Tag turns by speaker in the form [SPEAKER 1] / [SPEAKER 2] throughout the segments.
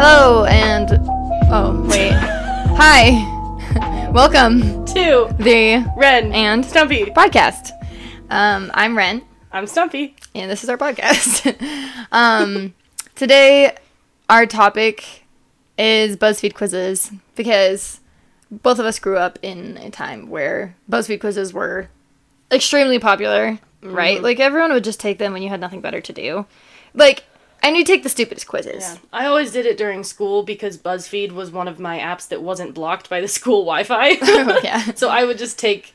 [SPEAKER 1] Hello and oh wait. Hi. Welcome
[SPEAKER 2] Two.
[SPEAKER 1] the
[SPEAKER 2] Ren.
[SPEAKER 1] And?
[SPEAKER 2] Stumpy.
[SPEAKER 1] podcast. Um I'm Ren
[SPEAKER 2] I'm Stumpy.
[SPEAKER 1] and this is our podcast. um today our topic is BuzzFeed quizzes because both of us grew up in a time where BuzzFeed quizzes were extremely popular, right? Like everyone would just take them when you had nothing better to do. Like and you take the stupidest quizzes.
[SPEAKER 2] I always did it during school because BuzzFeed was one of my apps that wasn't blocked by the school Wi Fi.
[SPEAKER 1] yeah.
[SPEAKER 2] so I would just take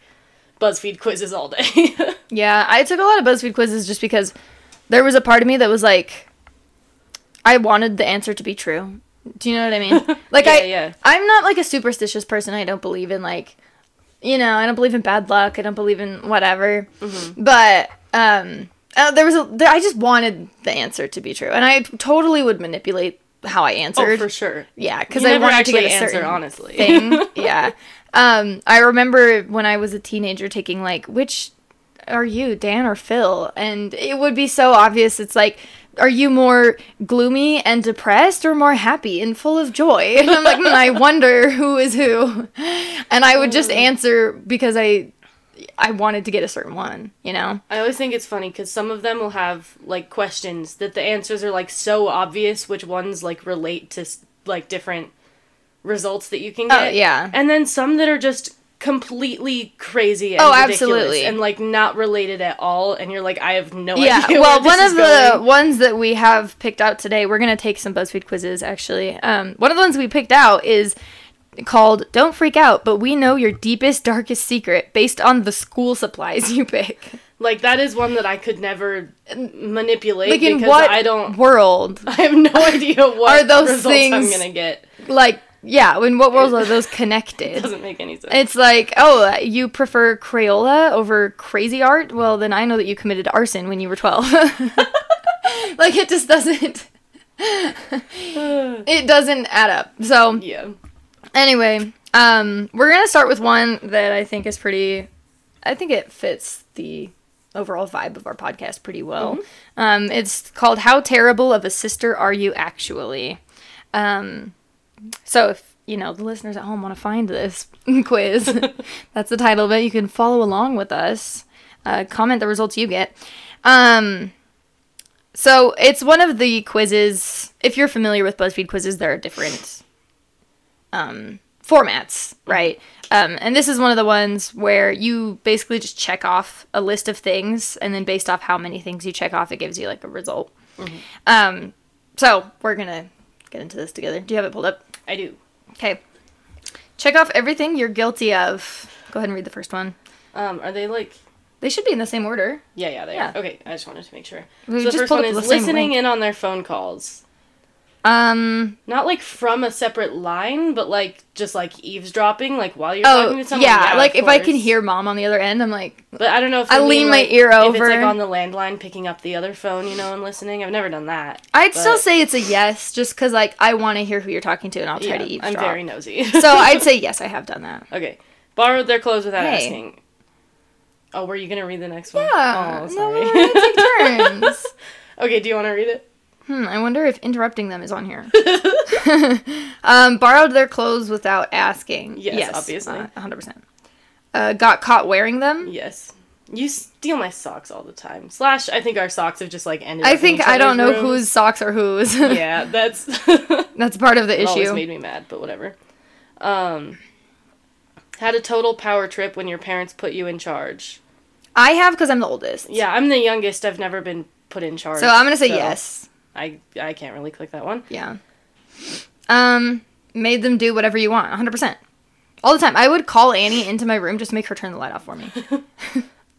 [SPEAKER 2] BuzzFeed quizzes all day.
[SPEAKER 1] Yeah, I took a lot of BuzzFeed quizzes just because there was a part of me that was like, I wanted the answer to be true. Do you know what I mean? Like I,
[SPEAKER 2] Yeah, yeah.
[SPEAKER 1] I'm not like a superstitious person. I don't believe in like, you know, I don't believe in bad luck. I don't believe in whatever.
[SPEAKER 2] Mm-hmm.
[SPEAKER 1] But um, uh, there was a, there, I just wanted the answer to be true, and I totally would manipulate how I
[SPEAKER 2] oh,
[SPEAKER 1] answered.
[SPEAKER 2] for sure.
[SPEAKER 1] Yeah, because
[SPEAKER 2] You
[SPEAKER 1] I
[SPEAKER 2] never
[SPEAKER 1] wanted to get a
[SPEAKER 2] actually answer,
[SPEAKER 1] certain
[SPEAKER 2] honestly.
[SPEAKER 1] thing. yeah, um, I remember when I was a teenager taking like, which are you, Dan or Phil? And it would be so obvious. It's like, are you more gloomy and depressed or more happy and full of joy? And I'm like, "Hmm, I wonder who is who. And I would just answer because I, I wanted to get a certain one. You know?
[SPEAKER 2] I always think it's funny because some of them will have like questions that the answers are like so obvious, which ones like relate to s- like different results that you can
[SPEAKER 1] Oh,
[SPEAKER 2] get.
[SPEAKER 1] yeah.
[SPEAKER 2] and then some that are just completely crazy. And
[SPEAKER 1] Oh,
[SPEAKER 2] ridiculous
[SPEAKER 1] absolutely.
[SPEAKER 2] and like not related at all. And you're like, I have no
[SPEAKER 1] yeah
[SPEAKER 2] idea.
[SPEAKER 1] well
[SPEAKER 2] where
[SPEAKER 1] one
[SPEAKER 2] this
[SPEAKER 1] of
[SPEAKER 2] is
[SPEAKER 1] the
[SPEAKER 2] going.
[SPEAKER 1] ones that we have picked out today we're going to take some buzzfeed quizzes actually um, one of the ones we picked out is called don't freak out but we know your deepest darkest secret based on the school supplies you pick
[SPEAKER 2] like that is one that I could never manipulate
[SPEAKER 1] like in
[SPEAKER 2] because
[SPEAKER 1] what
[SPEAKER 2] I don't.
[SPEAKER 1] world
[SPEAKER 2] I have no idea what
[SPEAKER 1] Are those
[SPEAKER 2] results I'm
[SPEAKER 1] things-
[SPEAKER 2] gonna get.
[SPEAKER 1] like yeah in what world are those connected
[SPEAKER 2] Doesn't make any sense.
[SPEAKER 1] it's like oh you prefer crayola over crazy art well then i know that you committed arson when you were 12 like it just doesn't it doesn't add up so
[SPEAKER 2] yeah.
[SPEAKER 1] Anyway, um, we're gonna start with one that I think is pretty. I think it fits the overall vibe of our podcast pretty well. Um, it's called "How Terrible of a Sister Are You Actually." Um, so if you know the listeners at home want to find this quiz, that's the title of it. You can follow along with us. Uh, comment the results you get. Um, so it's one of the quizzes. If you're familiar with BuzzFeed quizzes, there are different um, formats,
[SPEAKER 2] Mm-hmm.
[SPEAKER 1] right? Um, and this is one of the ones where you basically just check off a list of things, and then based off how many things you check off, it gives you like a result.
[SPEAKER 2] Mm-hmm.
[SPEAKER 1] Um, so we're gonna get into this together. Do you have it pulled up?
[SPEAKER 2] I do.
[SPEAKER 1] Okay. Check off everything you're guilty of. Go ahead and read the first one.
[SPEAKER 2] Um, are they like?
[SPEAKER 1] They should be in the same order.
[SPEAKER 2] Yeah, yeah, they
[SPEAKER 1] Yeah.
[SPEAKER 2] are. Okay, I just wanted to make sure.
[SPEAKER 1] We
[SPEAKER 2] so the
[SPEAKER 1] just
[SPEAKER 2] first
[SPEAKER 1] pulled up
[SPEAKER 2] one is
[SPEAKER 1] the same
[SPEAKER 2] listening in on their phone calls.
[SPEAKER 1] Um.
[SPEAKER 2] Not like from a separate line, but like just like eavesdropping, like while you're
[SPEAKER 1] Oh,
[SPEAKER 2] talking to someone.
[SPEAKER 1] yeah.
[SPEAKER 2] of
[SPEAKER 1] Like if I can
[SPEAKER 2] course.
[SPEAKER 1] hear mom on the other end, I'm like,
[SPEAKER 2] But I don't know if
[SPEAKER 1] I
[SPEAKER 2] they mean,
[SPEAKER 1] lean my
[SPEAKER 2] like,
[SPEAKER 1] ear
[SPEAKER 2] If it's like
[SPEAKER 1] over.
[SPEAKER 2] on the landline, picking up the other phone, you know, and listening. I've never done that.
[SPEAKER 1] I'd still
[SPEAKER 2] but-
[SPEAKER 1] say it's a yes, just because like I want to hear who you're talking to, and I'll try
[SPEAKER 2] Yeah,
[SPEAKER 1] to
[SPEAKER 2] I'm
[SPEAKER 1] eavesdrop.
[SPEAKER 2] very nosy.
[SPEAKER 1] so I'd say yes, I have done that.
[SPEAKER 2] okay, borrowed their clothes without
[SPEAKER 1] Hey.
[SPEAKER 2] asking. Oh, were you gonna read the next one?
[SPEAKER 1] Yeah,
[SPEAKER 2] Oh,
[SPEAKER 1] no,
[SPEAKER 2] sorry.
[SPEAKER 1] we're gonna take turns.
[SPEAKER 2] okay, do you want to read it?
[SPEAKER 1] Hmm, I wonder if interrupting them is on here. um, borrowed their clothes without asking.
[SPEAKER 2] Yes, obviously.
[SPEAKER 1] uh, 100%. Uh, got caught wearing them.
[SPEAKER 2] Yes. You steal my socks all the time. Slash, I think our socks have just like ended.
[SPEAKER 1] I
[SPEAKER 2] up in
[SPEAKER 1] think
[SPEAKER 2] each
[SPEAKER 1] I don't know
[SPEAKER 2] other's rooms.
[SPEAKER 1] whose socks are whose.
[SPEAKER 2] yeah, that's it
[SPEAKER 1] That's part of the
[SPEAKER 2] always
[SPEAKER 1] issue.
[SPEAKER 2] made me mad, but whatever. Um, had a total power trip when your parents put you in charge.
[SPEAKER 1] I have because I'm the oldest.
[SPEAKER 2] Yeah, I'm the youngest. I've never been put in charge.
[SPEAKER 1] So I'm going to say yes.
[SPEAKER 2] I I can't really click that one.
[SPEAKER 1] Yeah. Um, made them do whatever you want. 100%. All the time. I would call Annie into my room just to make her turn the light off for me.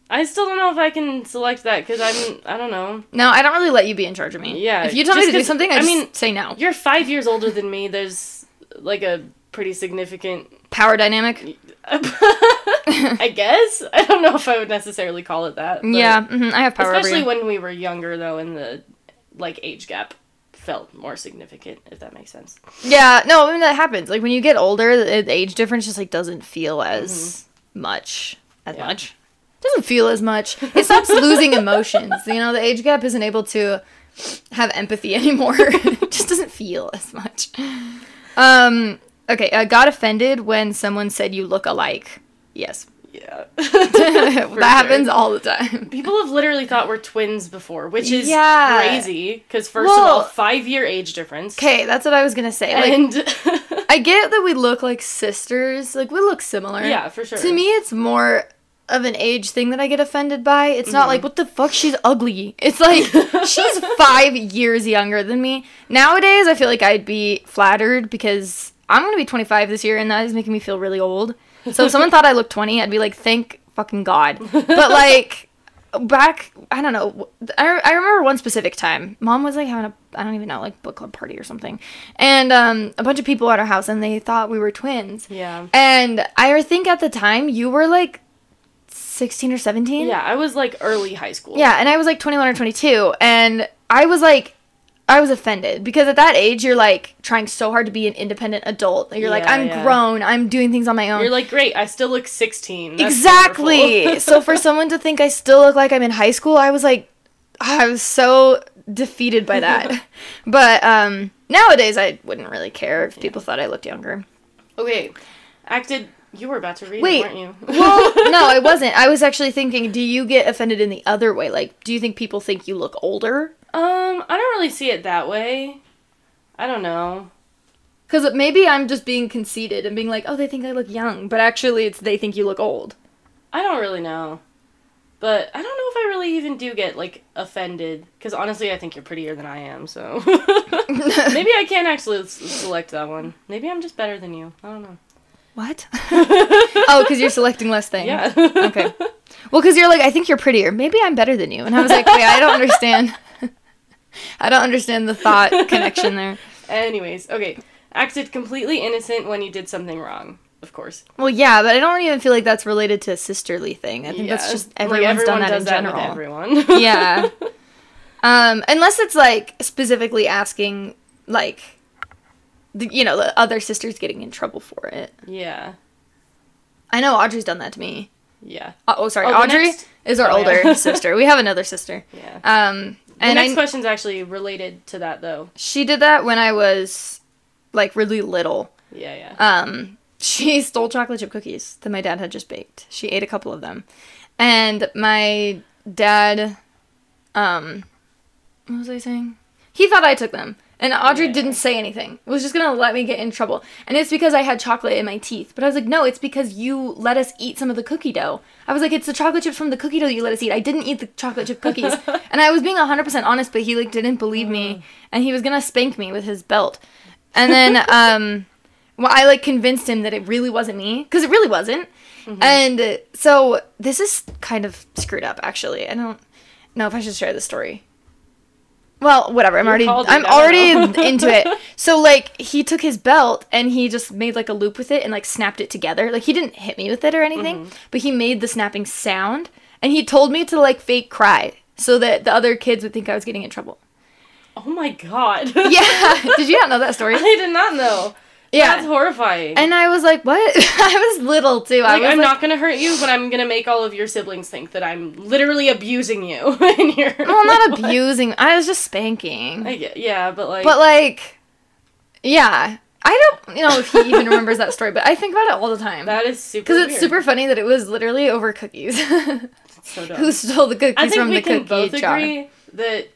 [SPEAKER 2] I still don't know if I can select that because I'm I don't know.
[SPEAKER 1] No, I don't really let you be in charge of me.
[SPEAKER 2] Yeah,
[SPEAKER 1] If you tell me
[SPEAKER 2] just
[SPEAKER 1] to do
[SPEAKER 2] 'cause-
[SPEAKER 1] something, I,
[SPEAKER 2] I
[SPEAKER 1] just
[SPEAKER 2] mean,
[SPEAKER 1] say no.
[SPEAKER 2] You're five years older than me. There's like a pretty significant.
[SPEAKER 1] Power dynamic.
[SPEAKER 2] I guess I don't know if I would necessarily call it that. but-
[SPEAKER 1] yeah, mhm, I have power over
[SPEAKER 2] especially
[SPEAKER 1] you.
[SPEAKER 2] when we were younger though and the like age gap felt more significant if that makes sense
[SPEAKER 1] yeah, no, I mean that happens. Like when you get older, the the age difference just like doesn't feel as much as
[SPEAKER 2] Mm-hmm. Yeah.
[SPEAKER 1] much. Doesn't feel as much. It stops losing emotions. You know, the age gap isn't able to have empathy anymore. it just doesn't feel as much. Um, okay, I got offended when someone said you look alike. Yes,
[SPEAKER 2] Yeah.
[SPEAKER 1] that
[SPEAKER 2] sure.
[SPEAKER 1] happens all the time.
[SPEAKER 2] People have literally thought we're twins before, which is
[SPEAKER 1] Yeah.
[SPEAKER 2] crazy. Because first
[SPEAKER 1] Well-
[SPEAKER 2] of all, five year age difference.
[SPEAKER 1] Okay, that's what I was gonna say. Like,
[SPEAKER 2] And
[SPEAKER 1] I get that we look like sisters. Like we look similar.
[SPEAKER 2] yeah, for sure.
[SPEAKER 1] To me, it's more of an age thing that I get offended by. It's
[SPEAKER 2] Mm-hmm.
[SPEAKER 1] not like, what the fuck, she's ugly. It's like, she's five years younger than me. Nowadays, I feel like I'd be flattered because I'm going to be 25 this year, and that is making me feel really old. So if someone thought I looked 20, I'd be like, thank fucking God. But like, back i don't know I, I remember one specific time mom was like having a i don't even know like book club party or something and um a bunch of people at our house and they thought we were twins
[SPEAKER 2] yeah.
[SPEAKER 1] and I think at the time you were like 16 or 17.
[SPEAKER 2] Yeah, I was like early high school.
[SPEAKER 1] Yeah, and I was like 21 or 22 and I was like I was offended because at that age you're like trying so hard to be an independent adult. You're like
[SPEAKER 2] Yeah,
[SPEAKER 1] I'm
[SPEAKER 2] yeah.
[SPEAKER 1] grown, I'm doing things on my own.
[SPEAKER 2] You're like, great, I still look 16. That's
[SPEAKER 1] exactly.
[SPEAKER 2] wonderful.
[SPEAKER 1] so for someone to think I still look like I'm in high school, I was like I was so defeated by that. but um nowadays I wouldn't really care if people thought I looked younger.
[SPEAKER 2] okay. Acted. You were about to read
[SPEAKER 1] Wait.
[SPEAKER 2] it, weren't you?
[SPEAKER 1] Well, no, I wasn't. I was actually thinking, do you get offended in the other way? Like, do you think people think you look older?
[SPEAKER 2] um, I don't really see it that way. I don't know.
[SPEAKER 1] Because maybe I'm just being conceited and being like, oh, they think I look young, but actually it's they think you look old.
[SPEAKER 2] I don't really know. But I don't know if I really even do get like offended because honestly, I think you're prettier than I am. So maybe I can't actually s- select that one. Maybe I'm just better than you. I don't know.
[SPEAKER 1] What? oh, because you're selecting less things.
[SPEAKER 2] Yeah.
[SPEAKER 1] Okay. Well, because you're like, I think you're prettier. Maybe I'm better than you. And I was like, wait, I don't understand. I don't understand the thought connection there.
[SPEAKER 2] Anyways, okay. Acted completely innocent when you did something wrong. Of course.
[SPEAKER 1] Well, yeah, but I don't even feel like that's related to a sisterly thing. I think that's
[SPEAKER 2] Yeah,
[SPEAKER 1] just
[SPEAKER 2] like,
[SPEAKER 1] everyone's done
[SPEAKER 2] everyone
[SPEAKER 1] that
[SPEAKER 2] does
[SPEAKER 1] in
[SPEAKER 2] with
[SPEAKER 1] general.
[SPEAKER 2] everyone.
[SPEAKER 1] yeah. Um, unless it's like specifically asking, like, the, you know, the other sister's getting in trouble for it.
[SPEAKER 2] yeah.
[SPEAKER 1] I know Audrey's done that to me.
[SPEAKER 2] Yeah.
[SPEAKER 1] Uh, oh, sorry.
[SPEAKER 2] Oh, the
[SPEAKER 1] Audrey
[SPEAKER 2] next-
[SPEAKER 1] is our
[SPEAKER 2] oh,
[SPEAKER 1] older
[SPEAKER 2] yeah.
[SPEAKER 1] sister. We have another sister.
[SPEAKER 2] Yeah.
[SPEAKER 1] Um,
[SPEAKER 2] the
[SPEAKER 1] and
[SPEAKER 2] next
[SPEAKER 1] I,
[SPEAKER 2] question's actually related to that though.
[SPEAKER 1] she did that when I was like really little.
[SPEAKER 2] Yeah, yeah.
[SPEAKER 1] Um, she stole chocolate chip cookies that my dad had just baked. She ate a couple of them, and my dad, um, what was I saying? He thought I took them, and Audrey
[SPEAKER 2] Yeah.
[SPEAKER 1] didn't say anything. Was just gonna let me get in trouble, and it's because I had chocolate in my teeth. But I was like, no, it's because you let us eat some of the cookie dough. I was like, it's the chocolate chips from the cookie dough that you let us eat. I didn't eat the chocolate chip cookies, and I was being hundred percent honest. But he like didn't believe me, and he was gonna spank me with his belt, and then um. Well, I like convinced him that it really wasn't me because it really wasn't.
[SPEAKER 2] Mm-hmm.
[SPEAKER 1] And uh, so this is kind of screwed up, actually. I don't know if I should share this story. Well, whatever. I'm already
[SPEAKER 2] called it,
[SPEAKER 1] I'm
[SPEAKER 2] I don't
[SPEAKER 1] already into it. So like he took his belt and he just made like a loop with it and like snapped it together. Like he didn't hit me with it or anything,
[SPEAKER 2] Mm-hmm.
[SPEAKER 1] but he made the snapping sound and he told me to like fake cry so that the other kids would think I was getting in trouble.
[SPEAKER 2] oh my god.
[SPEAKER 1] Yeah. Did you not know that story?
[SPEAKER 2] I did not know.
[SPEAKER 1] Yeah.
[SPEAKER 2] That's horrifying.
[SPEAKER 1] And I was like, "What?" I was little too. I
[SPEAKER 2] like,
[SPEAKER 1] was
[SPEAKER 2] I'm
[SPEAKER 1] like,
[SPEAKER 2] not gonna hurt you, but I'm gonna make all of your siblings think that I'm literally abusing you. and you're
[SPEAKER 1] Well, not
[SPEAKER 2] like, what?
[SPEAKER 1] abusing. I was just spanking.
[SPEAKER 2] I get- yeah, but like,
[SPEAKER 1] but like, yeah, I don't you know if he even remembers that story, but I think about it all the time
[SPEAKER 2] that is super.
[SPEAKER 1] because it's
[SPEAKER 2] weird.
[SPEAKER 1] super funny that it was literally over cookies.
[SPEAKER 2] So dumb.
[SPEAKER 1] Who stole the
[SPEAKER 2] I
[SPEAKER 1] cookies
[SPEAKER 2] think
[SPEAKER 1] from
[SPEAKER 2] we
[SPEAKER 1] the
[SPEAKER 2] can
[SPEAKER 1] cookie
[SPEAKER 2] both
[SPEAKER 1] jar?
[SPEAKER 2] agree that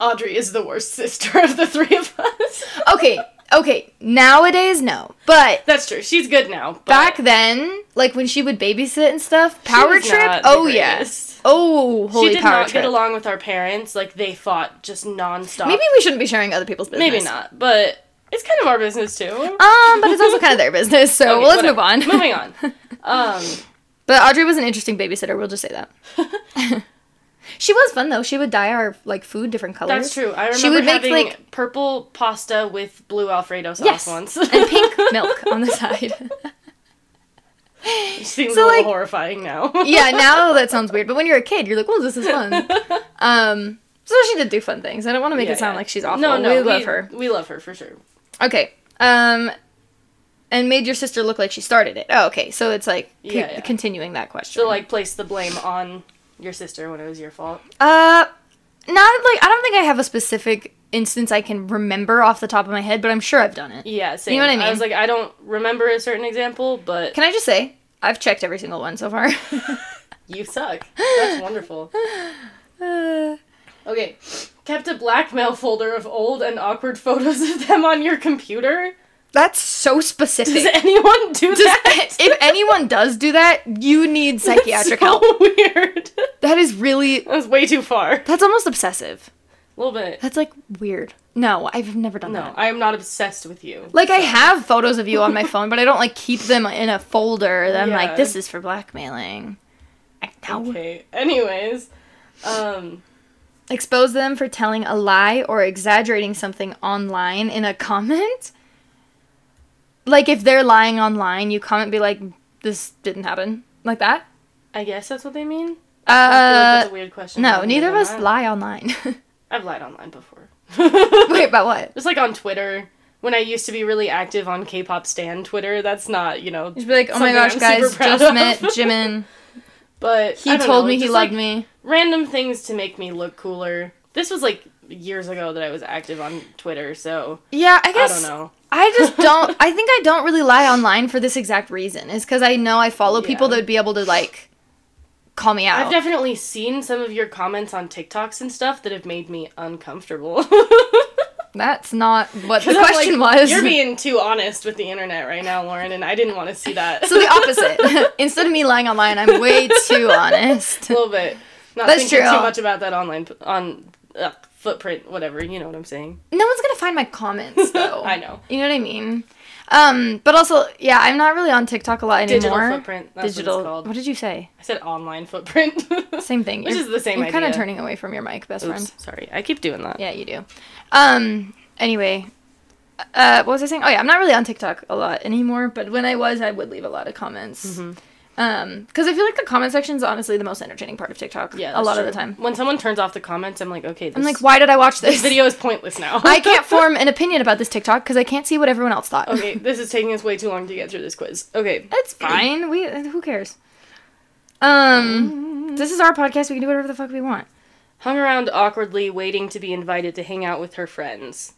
[SPEAKER 2] Audrey is the worst sister of the three of us.
[SPEAKER 1] Okay, okay. Nowadays, no, but.
[SPEAKER 2] That's true. She's good now. But
[SPEAKER 1] Back then, like when she would babysit and stuff,
[SPEAKER 2] she
[SPEAKER 1] power
[SPEAKER 2] was
[SPEAKER 1] trip.
[SPEAKER 2] not the
[SPEAKER 1] Oh
[SPEAKER 2] greatest.
[SPEAKER 1] yes. Oh holy
[SPEAKER 2] she did
[SPEAKER 1] power
[SPEAKER 2] not
[SPEAKER 1] trip.
[SPEAKER 2] get along with our parents. Like they fought just nonstop.
[SPEAKER 1] Maybe we shouldn't be sharing other people's business.
[SPEAKER 2] maybe not, but it's kind of our business too.
[SPEAKER 1] Um, but it's also kind of their business. So
[SPEAKER 2] Okay,
[SPEAKER 1] well, let's
[SPEAKER 2] whatever.
[SPEAKER 1] move on.
[SPEAKER 2] Moving on. Um,
[SPEAKER 1] But Audrey was an interesting babysitter. We'll just say that. she was fun though. She would dye our like food different colors.
[SPEAKER 2] that's true. I remember
[SPEAKER 1] She would make,
[SPEAKER 2] having
[SPEAKER 1] like-
[SPEAKER 2] purple pasta with blue Alfredo sauce
[SPEAKER 1] Yes,
[SPEAKER 2] once.
[SPEAKER 1] and pink milk on the side.
[SPEAKER 2] Which seems
[SPEAKER 1] So,
[SPEAKER 2] a little
[SPEAKER 1] like-
[SPEAKER 2] horrifying now.
[SPEAKER 1] yeah, now that sounds weird. But when you're a kid, you're like, "Well, this is fun." Um, so she did do fun things. I don't want to make
[SPEAKER 2] Yeah,
[SPEAKER 1] it sound
[SPEAKER 2] yeah.
[SPEAKER 1] like she's awful.
[SPEAKER 2] No, no,
[SPEAKER 1] we, love her.
[SPEAKER 2] We love her for sure.
[SPEAKER 1] Okay. Um, and made your sister look like she started it. Oh, okay. So it's like c-
[SPEAKER 2] Yeah, yeah.
[SPEAKER 1] continuing that question.
[SPEAKER 2] So like place the blame on your sister when it was your fault.
[SPEAKER 1] Uh, not like I don't think I have a specific instance I can remember off the top of my head, but I'm sure I've done it.
[SPEAKER 2] Yeah, same.
[SPEAKER 1] You know what I
[SPEAKER 2] I was
[SPEAKER 1] mean?
[SPEAKER 2] like, I don't remember a certain example, but
[SPEAKER 1] Can I just say I've checked every single one so far.
[SPEAKER 2] you suck. That's wonderful.
[SPEAKER 1] Uh,
[SPEAKER 2] Okay. Kept a blackmail folder of old and awkward photos of them on your computer?
[SPEAKER 1] that's so specific.
[SPEAKER 2] Does anyone do
[SPEAKER 1] Does-
[SPEAKER 2] that?
[SPEAKER 1] if anyone does do that, you need psychiatric
[SPEAKER 2] That's so
[SPEAKER 1] help.
[SPEAKER 2] weird.
[SPEAKER 1] That is really
[SPEAKER 2] that was way too far.
[SPEAKER 1] that's almost obsessive.
[SPEAKER 2] A little bit.
[SPEAKER 1] That's like weird. No, I've never done
[SPEAKER 2] No,
[SPEAKER 1] that.
[SPEAKER 2] I am not obsessed with you.
[SPEAKER 1] Like I have photos of you on my phone, but I don't like keep them in a folder. That I'm
[SPEAKER 2] Yeah.
[SPEAKER 1] like, this is for blackmailing. I know.
[SPEAKER 2] Okay. Anyways, um,
[SPEAKER 1] Expose them for telling a lie or exaggerating something online in a comment. Like if they're lying online, you comment be like, "This didn't happen," like that.
[SPEAKER 2] I guess that's what they mean. I feel like
[SPEAKER 1] Uh,
[SPEAKER 2] that's a weird question. I
[SPEAKER 1] no,
[SPEAKER 2] don't
[SPEAKER 1] neither of
[SPEAKER 2] know
[SPEAKER 1] us
[SPEAKER 2] why.
[SPEAKER 1] lie online.
[SPEAKER 2] I've lied online before.
[SPEAKER 1] Wait, about what?
[SPEAKER 2] Just like on Twitter. When I used to be really active on K-pop stan Twitter, that's not, you know,
[SPEAKER 1] Just be like, "Oh my
[SPEAKER 2] Something
[SPEAKER 1] gosh,
[SPEAKER 2] I'm
[SPEAKER 1] guys,
[SPEAKER 2] super proud
[SPEAKER 1] just
[SPEAKER 2] of."
[SPEAKER 1] met Jimin.
[SPEAKER 2] but
[SPEAKER 1] He
[SPEAKER 2] I don't
[SPEAKER 1] told
[SPEAKER 2] know,
[SPEAKER 1] me
[SPEAKER 2] it's
[SPEAKER 1] he
[SPEAKER 2] just,
[SPEAKER 1] loved
[SPEAKER 2] like,
[SPEAKER 1] me."
[SPEAKER 2] random things to make me look cooler. This was like years ago that I was active on Twitter, so
[SPEAKER 1] Yeah, I guess.
[SPEAKER 2] I don't know.
[SPEAKER 1] I just don't. I think I don't really lie online for this exact reason. Is because I know I follow people
[SPEAKER 2] Yeah.
[SPEAKER 1] that would be able to like call me out.
[SPEAKER 2] I've definitely seen some of your comments on TikToks and stuff that have made me uncomfortable.
[SPEAKER 1] That's not what the
[SPEAKER 2] 'Cause I'm
[SPEAKER 1] question
[SPEAKER 2] like,
[SPEAKER 1] was.
[SPEAKER 2] You're being too honest with the internet right now, Lauren, and I didn't want to see that.
[SPEAKER 1] so the opposite. Instead of me lying online, I'm way too honest.
[SPEAKER 2] a little bit. Not
[SPEAKER 1] That's
[SPEAKER 2] thinking
[SPEAKER 1] true.
[SPEAKER 2] too much about that online p- on uh, footprint, whatever. You know what I'm saying?
[SPEAKER 1] No one's gonna find my comments though.
[SPEAKER 2] I know.
[SPEAKER 1] You know what I mean? Um, but also, yeah, I'm not really on TikTok a lot anymore.
[SPEAKER 2] Digital footprint. That's
[SPEAKER 1] Digital.
[SPEAKER 2] what it's called.
[SPEAKER 1] what did you say?
[SPEAKER 2] I said online footprint.
[SPEAKER 1] Same thing.
[SPEAKER 2] Which
[SPEAKER 1] You're-
[SPEAKER 2] is the same
[SPEAKER 1] You're kind of
[SPEAKER 2] idea.
[SPEAKER 1] turning away from your mic, best friend.
[SPEAKER 2] Oops, sorry, I keep doing that.
[SPEAKER 1] Yeah, you do. Um. Anyway, uh, what was I saying? Oh yeah, I'm not really on TikTok a lot anymore, but when I was, I would leave a lot of comments.
[SPEAKER 2] Mm-hmm.
[SPEAKER 1] Um, because I feel like the comment section is honestly the most entertaining part of TikTok.
[SPEAKER 2] Yeah,
[SPEAKER 1] a
[SPEAKER 2] that's
[SPEAKER 1] lot of
[SPEAKER 2] true.
[SPEAKER 1] the time.
[SPEAKER 2] When someone turns off the comments, I'm like, okay, this
[SPEAKER 1] I'm like, why did I watch this?
[SPEAKER 2] video is pointless now.
[SPEAKER 1] I can't form an opinion about this TikTok because I can't see what everyone else thought.
[SPEAKER 2] okay, this is taking us way too long to get through this quiz. Okay,
[SPEAKER 1] It's fine. We who cares? Um, this is our podcast. We can do whatever the fuck we want.
[SPEAKER 2] hung around awkwardly, waiting to be invited to hang out with her friends.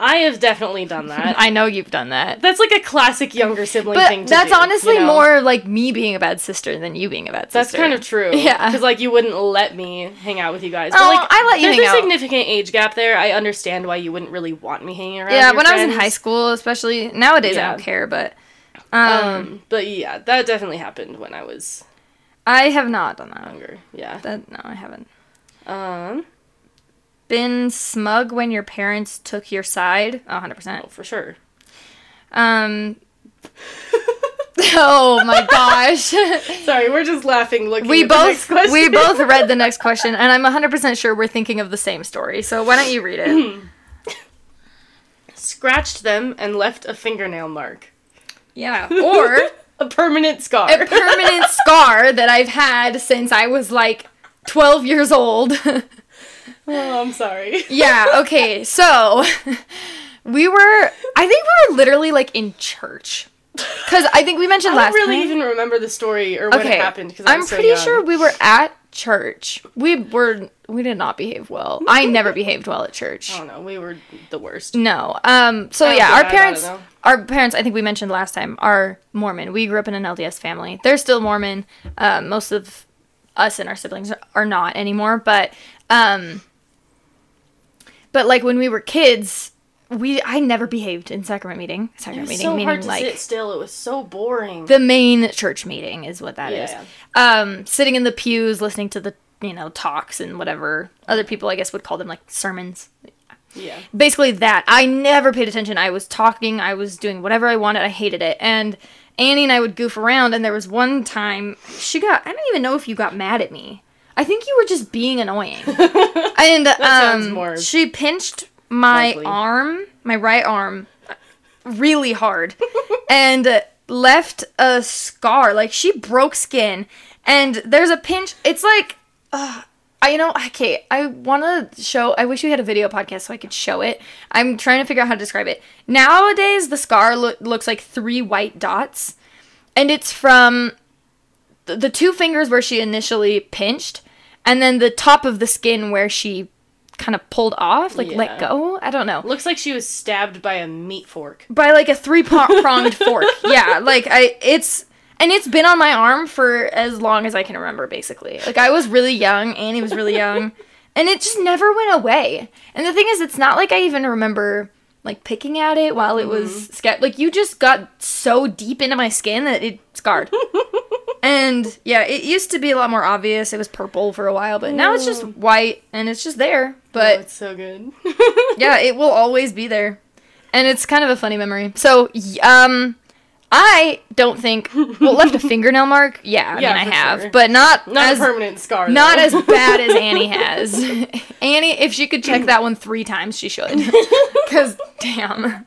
[SPEAKER 2] I have definitely done that.
[SPEAKER 1] I know you've done that,
[SPEAKER 2] that's like a classic younger sibling thing.
[SPEAKER 1] but
[SPEAKER 2] to
[SPEAKER 1] that's
[SPEAKER 2] do,
[SPEAKER 1] honestly
[SPEAKER 2] you know?
[SPEAKER 1] more like me being a bad sister than you being a bad sister.
[SPEAKER 2] That's kind of true.
[SPEAKER 1] Yeah.
[SPEAKER 2] because like you wouldn't let me hang out with you guys.
[SPEAKER 1] Oh,
[SPEAKER 2] but, like,
[SPEAKER 1] I let you
[SPEAKER 2] There's
[SPEAKER 1] hang
[SPEAKER 2] a
[SPEAKER 1] out.
[SPEAKER 2] significant age gap there. I understand why you wouldn't really want me hanging around.
[SPEAKER 1] yeah
[SPEAKER 2] your
[SPEAKER 1] when i was in
[SPEAKER 2] friends.
[SPEAKER 1] high school especially nowadays i
[SPEAKER 2] Yeah.
[SPEAKER 1] don't care but um,
[SPEAKER 2] Um, but yeah, that definitely happened when I was
[SPEAKER 1] i have not done that.
[SPEAKER 2] younger. Yeah.
[SPEAKER 1] that no i haven't
[SPEAKER 2] Um.
[SPEAKER 1] been smug when your parents took your side A 100%
[SPEAKER 2] Oh, for sure.
[SPEAKER 1] um oh my gosh
[SPEAKER 2] Sorry, we're just laughing. Looking.
[SPEAKER 1] we
[SPEAKER 2] at the
[SPEAKER 1] both
[SPEAKER 2] next question.
[SPEAKER 1] we both read the next question and i'm 100% sure we're thinking of the same story so why don't you read it
[SPEAKER 2] scratched them and left a fingernail mark
[SPEAKER 1] yeah or
[SPEAKER 2] a permanent scar.
[SPEAKER 1] a permanent scar that i've had since i was like 12 years old
[SPEAKER 2] oh, I'm sorry.
[SPEAKER 1] Yeah, okay. So we were I think we were literally like in church. Cuz I think we mentioned
[SPEAKER 2] I
[SPEAKER 1] last
[SPEAKER 2] don't really
[SPEAKER 1] time.
[SPEAKER 2] even remember the story or when
[SPEAKER 1] okay.
[SPEAKER 2] it happened because
[SPEAKER 1] I'm pretty sure we were at church. We were we did not behave well. I never behaved well at church.
[SPEAKER 2] I don't know. We were the worst.
[SPEAKER 1] No. Um so
[SPEAKER 2] I don't
[SPEAKER 1] yeah,
[SPEAKER 2] think
[SPEAKER 1] our
[SPEAKER 2] I got it,
[SPEAKER 1] parents
[SPEAKER 2] though.
[SPEAKER 1] our parents, I think we mentioned last time, are Mormon. We grew up in an LDS family. They're still Mormon. Um, most of us and our siblings are not anymore, but um but like when we were kids, we I never behaved in sacrament meeting.
[SPEAKER 2] It
[SPEAKER 1] Sacrament
[SPEAKER 2] was
[SPEAKER 1] meeting
[SPEAKER 2] so
[SPEAKER 1] meaning
[SPEAKER 2] hard to
[SPEAKER 1] like
[SPEAKER 2] sit still. It was so boring.
[SPEAKER 1] the main church meeting is what that is.
[SPEAKER 2] Yeah.
[SPEAKER 1] Um, sitting in the pews, listening to the you know talks and whatever other people I guess would call them like sermons.
[SPEAKER 2] yeah.
[SPEAKER 1] Basically that. I never paid attention. I was talking. I was doing whatever I wanted. I hated it. And Annie and I would goof around. And there was one time she got. I don't even know if you got mad at me. I think you were just being annoying. and
[SPEAKER 2] sounds
[SPEAKER 1] um,
[SPEAKER 2] more
[SPEAKER 1] she pinched my
[SPEAKER 2] likely.
[SPEAKER 1] arm, my right arm, really hard and left a scar. Like she broke skin, and there's a pinch. It's like, uh, I you know, okay. I want to show. I wish we had a video podcast so I could show it. I'm trying to figure out how to describe it. Nowadays, the scar loo- looks like three white dots, and it's from th- the two fingers where she initially pinched, and then the top of the skin where she kind of pulled off, like let
[SPEAKER 2] Yeah.
[SPEAKER 1] go. I don't know.
[SPEAKER 2] Looks like she was stabbed by a meat fork.
[SPEAKER 1] By like a three pro- pronged fork. Yeah, like I it's and it's been on my arm for as long as I can remember basically. Like I was really young, Annie was really young, and it just never went away. And the thing is it's not like I even remember like picking at it while it was sca- like you just got so deep into my skin that it scarred. And yeah, it used to be a lot more obvious. It was purple for a while, but now it's just white and it's just there.
[SPEAKER 2] oh,
[SPEAKER 1] But
[SPEAKER 2] it's so good.
[SPEAKER 1] yeah, it will always be there. And it's kind of a funny memory. So, y- um I don't think well left a fingernail mark. Yeah, I
[SPEAKER 2] Yeah,
[SPEAKER 1] mean
[SPEAKER 2] for
[SPEAKER 1] I have,
[SPEAKER 2] sure.
[SPEAKER 1] but not
[SPEAKER 2] Not
[SPEAKER 1] as
[SPEAKER 2] a permanent scar.
[SPEAKER 1] not
[SPEAKER 2] though.
[SPEAKER 1] as bad as Annie has. Annie, if she could check that one 3 times, she should. Cuz damn.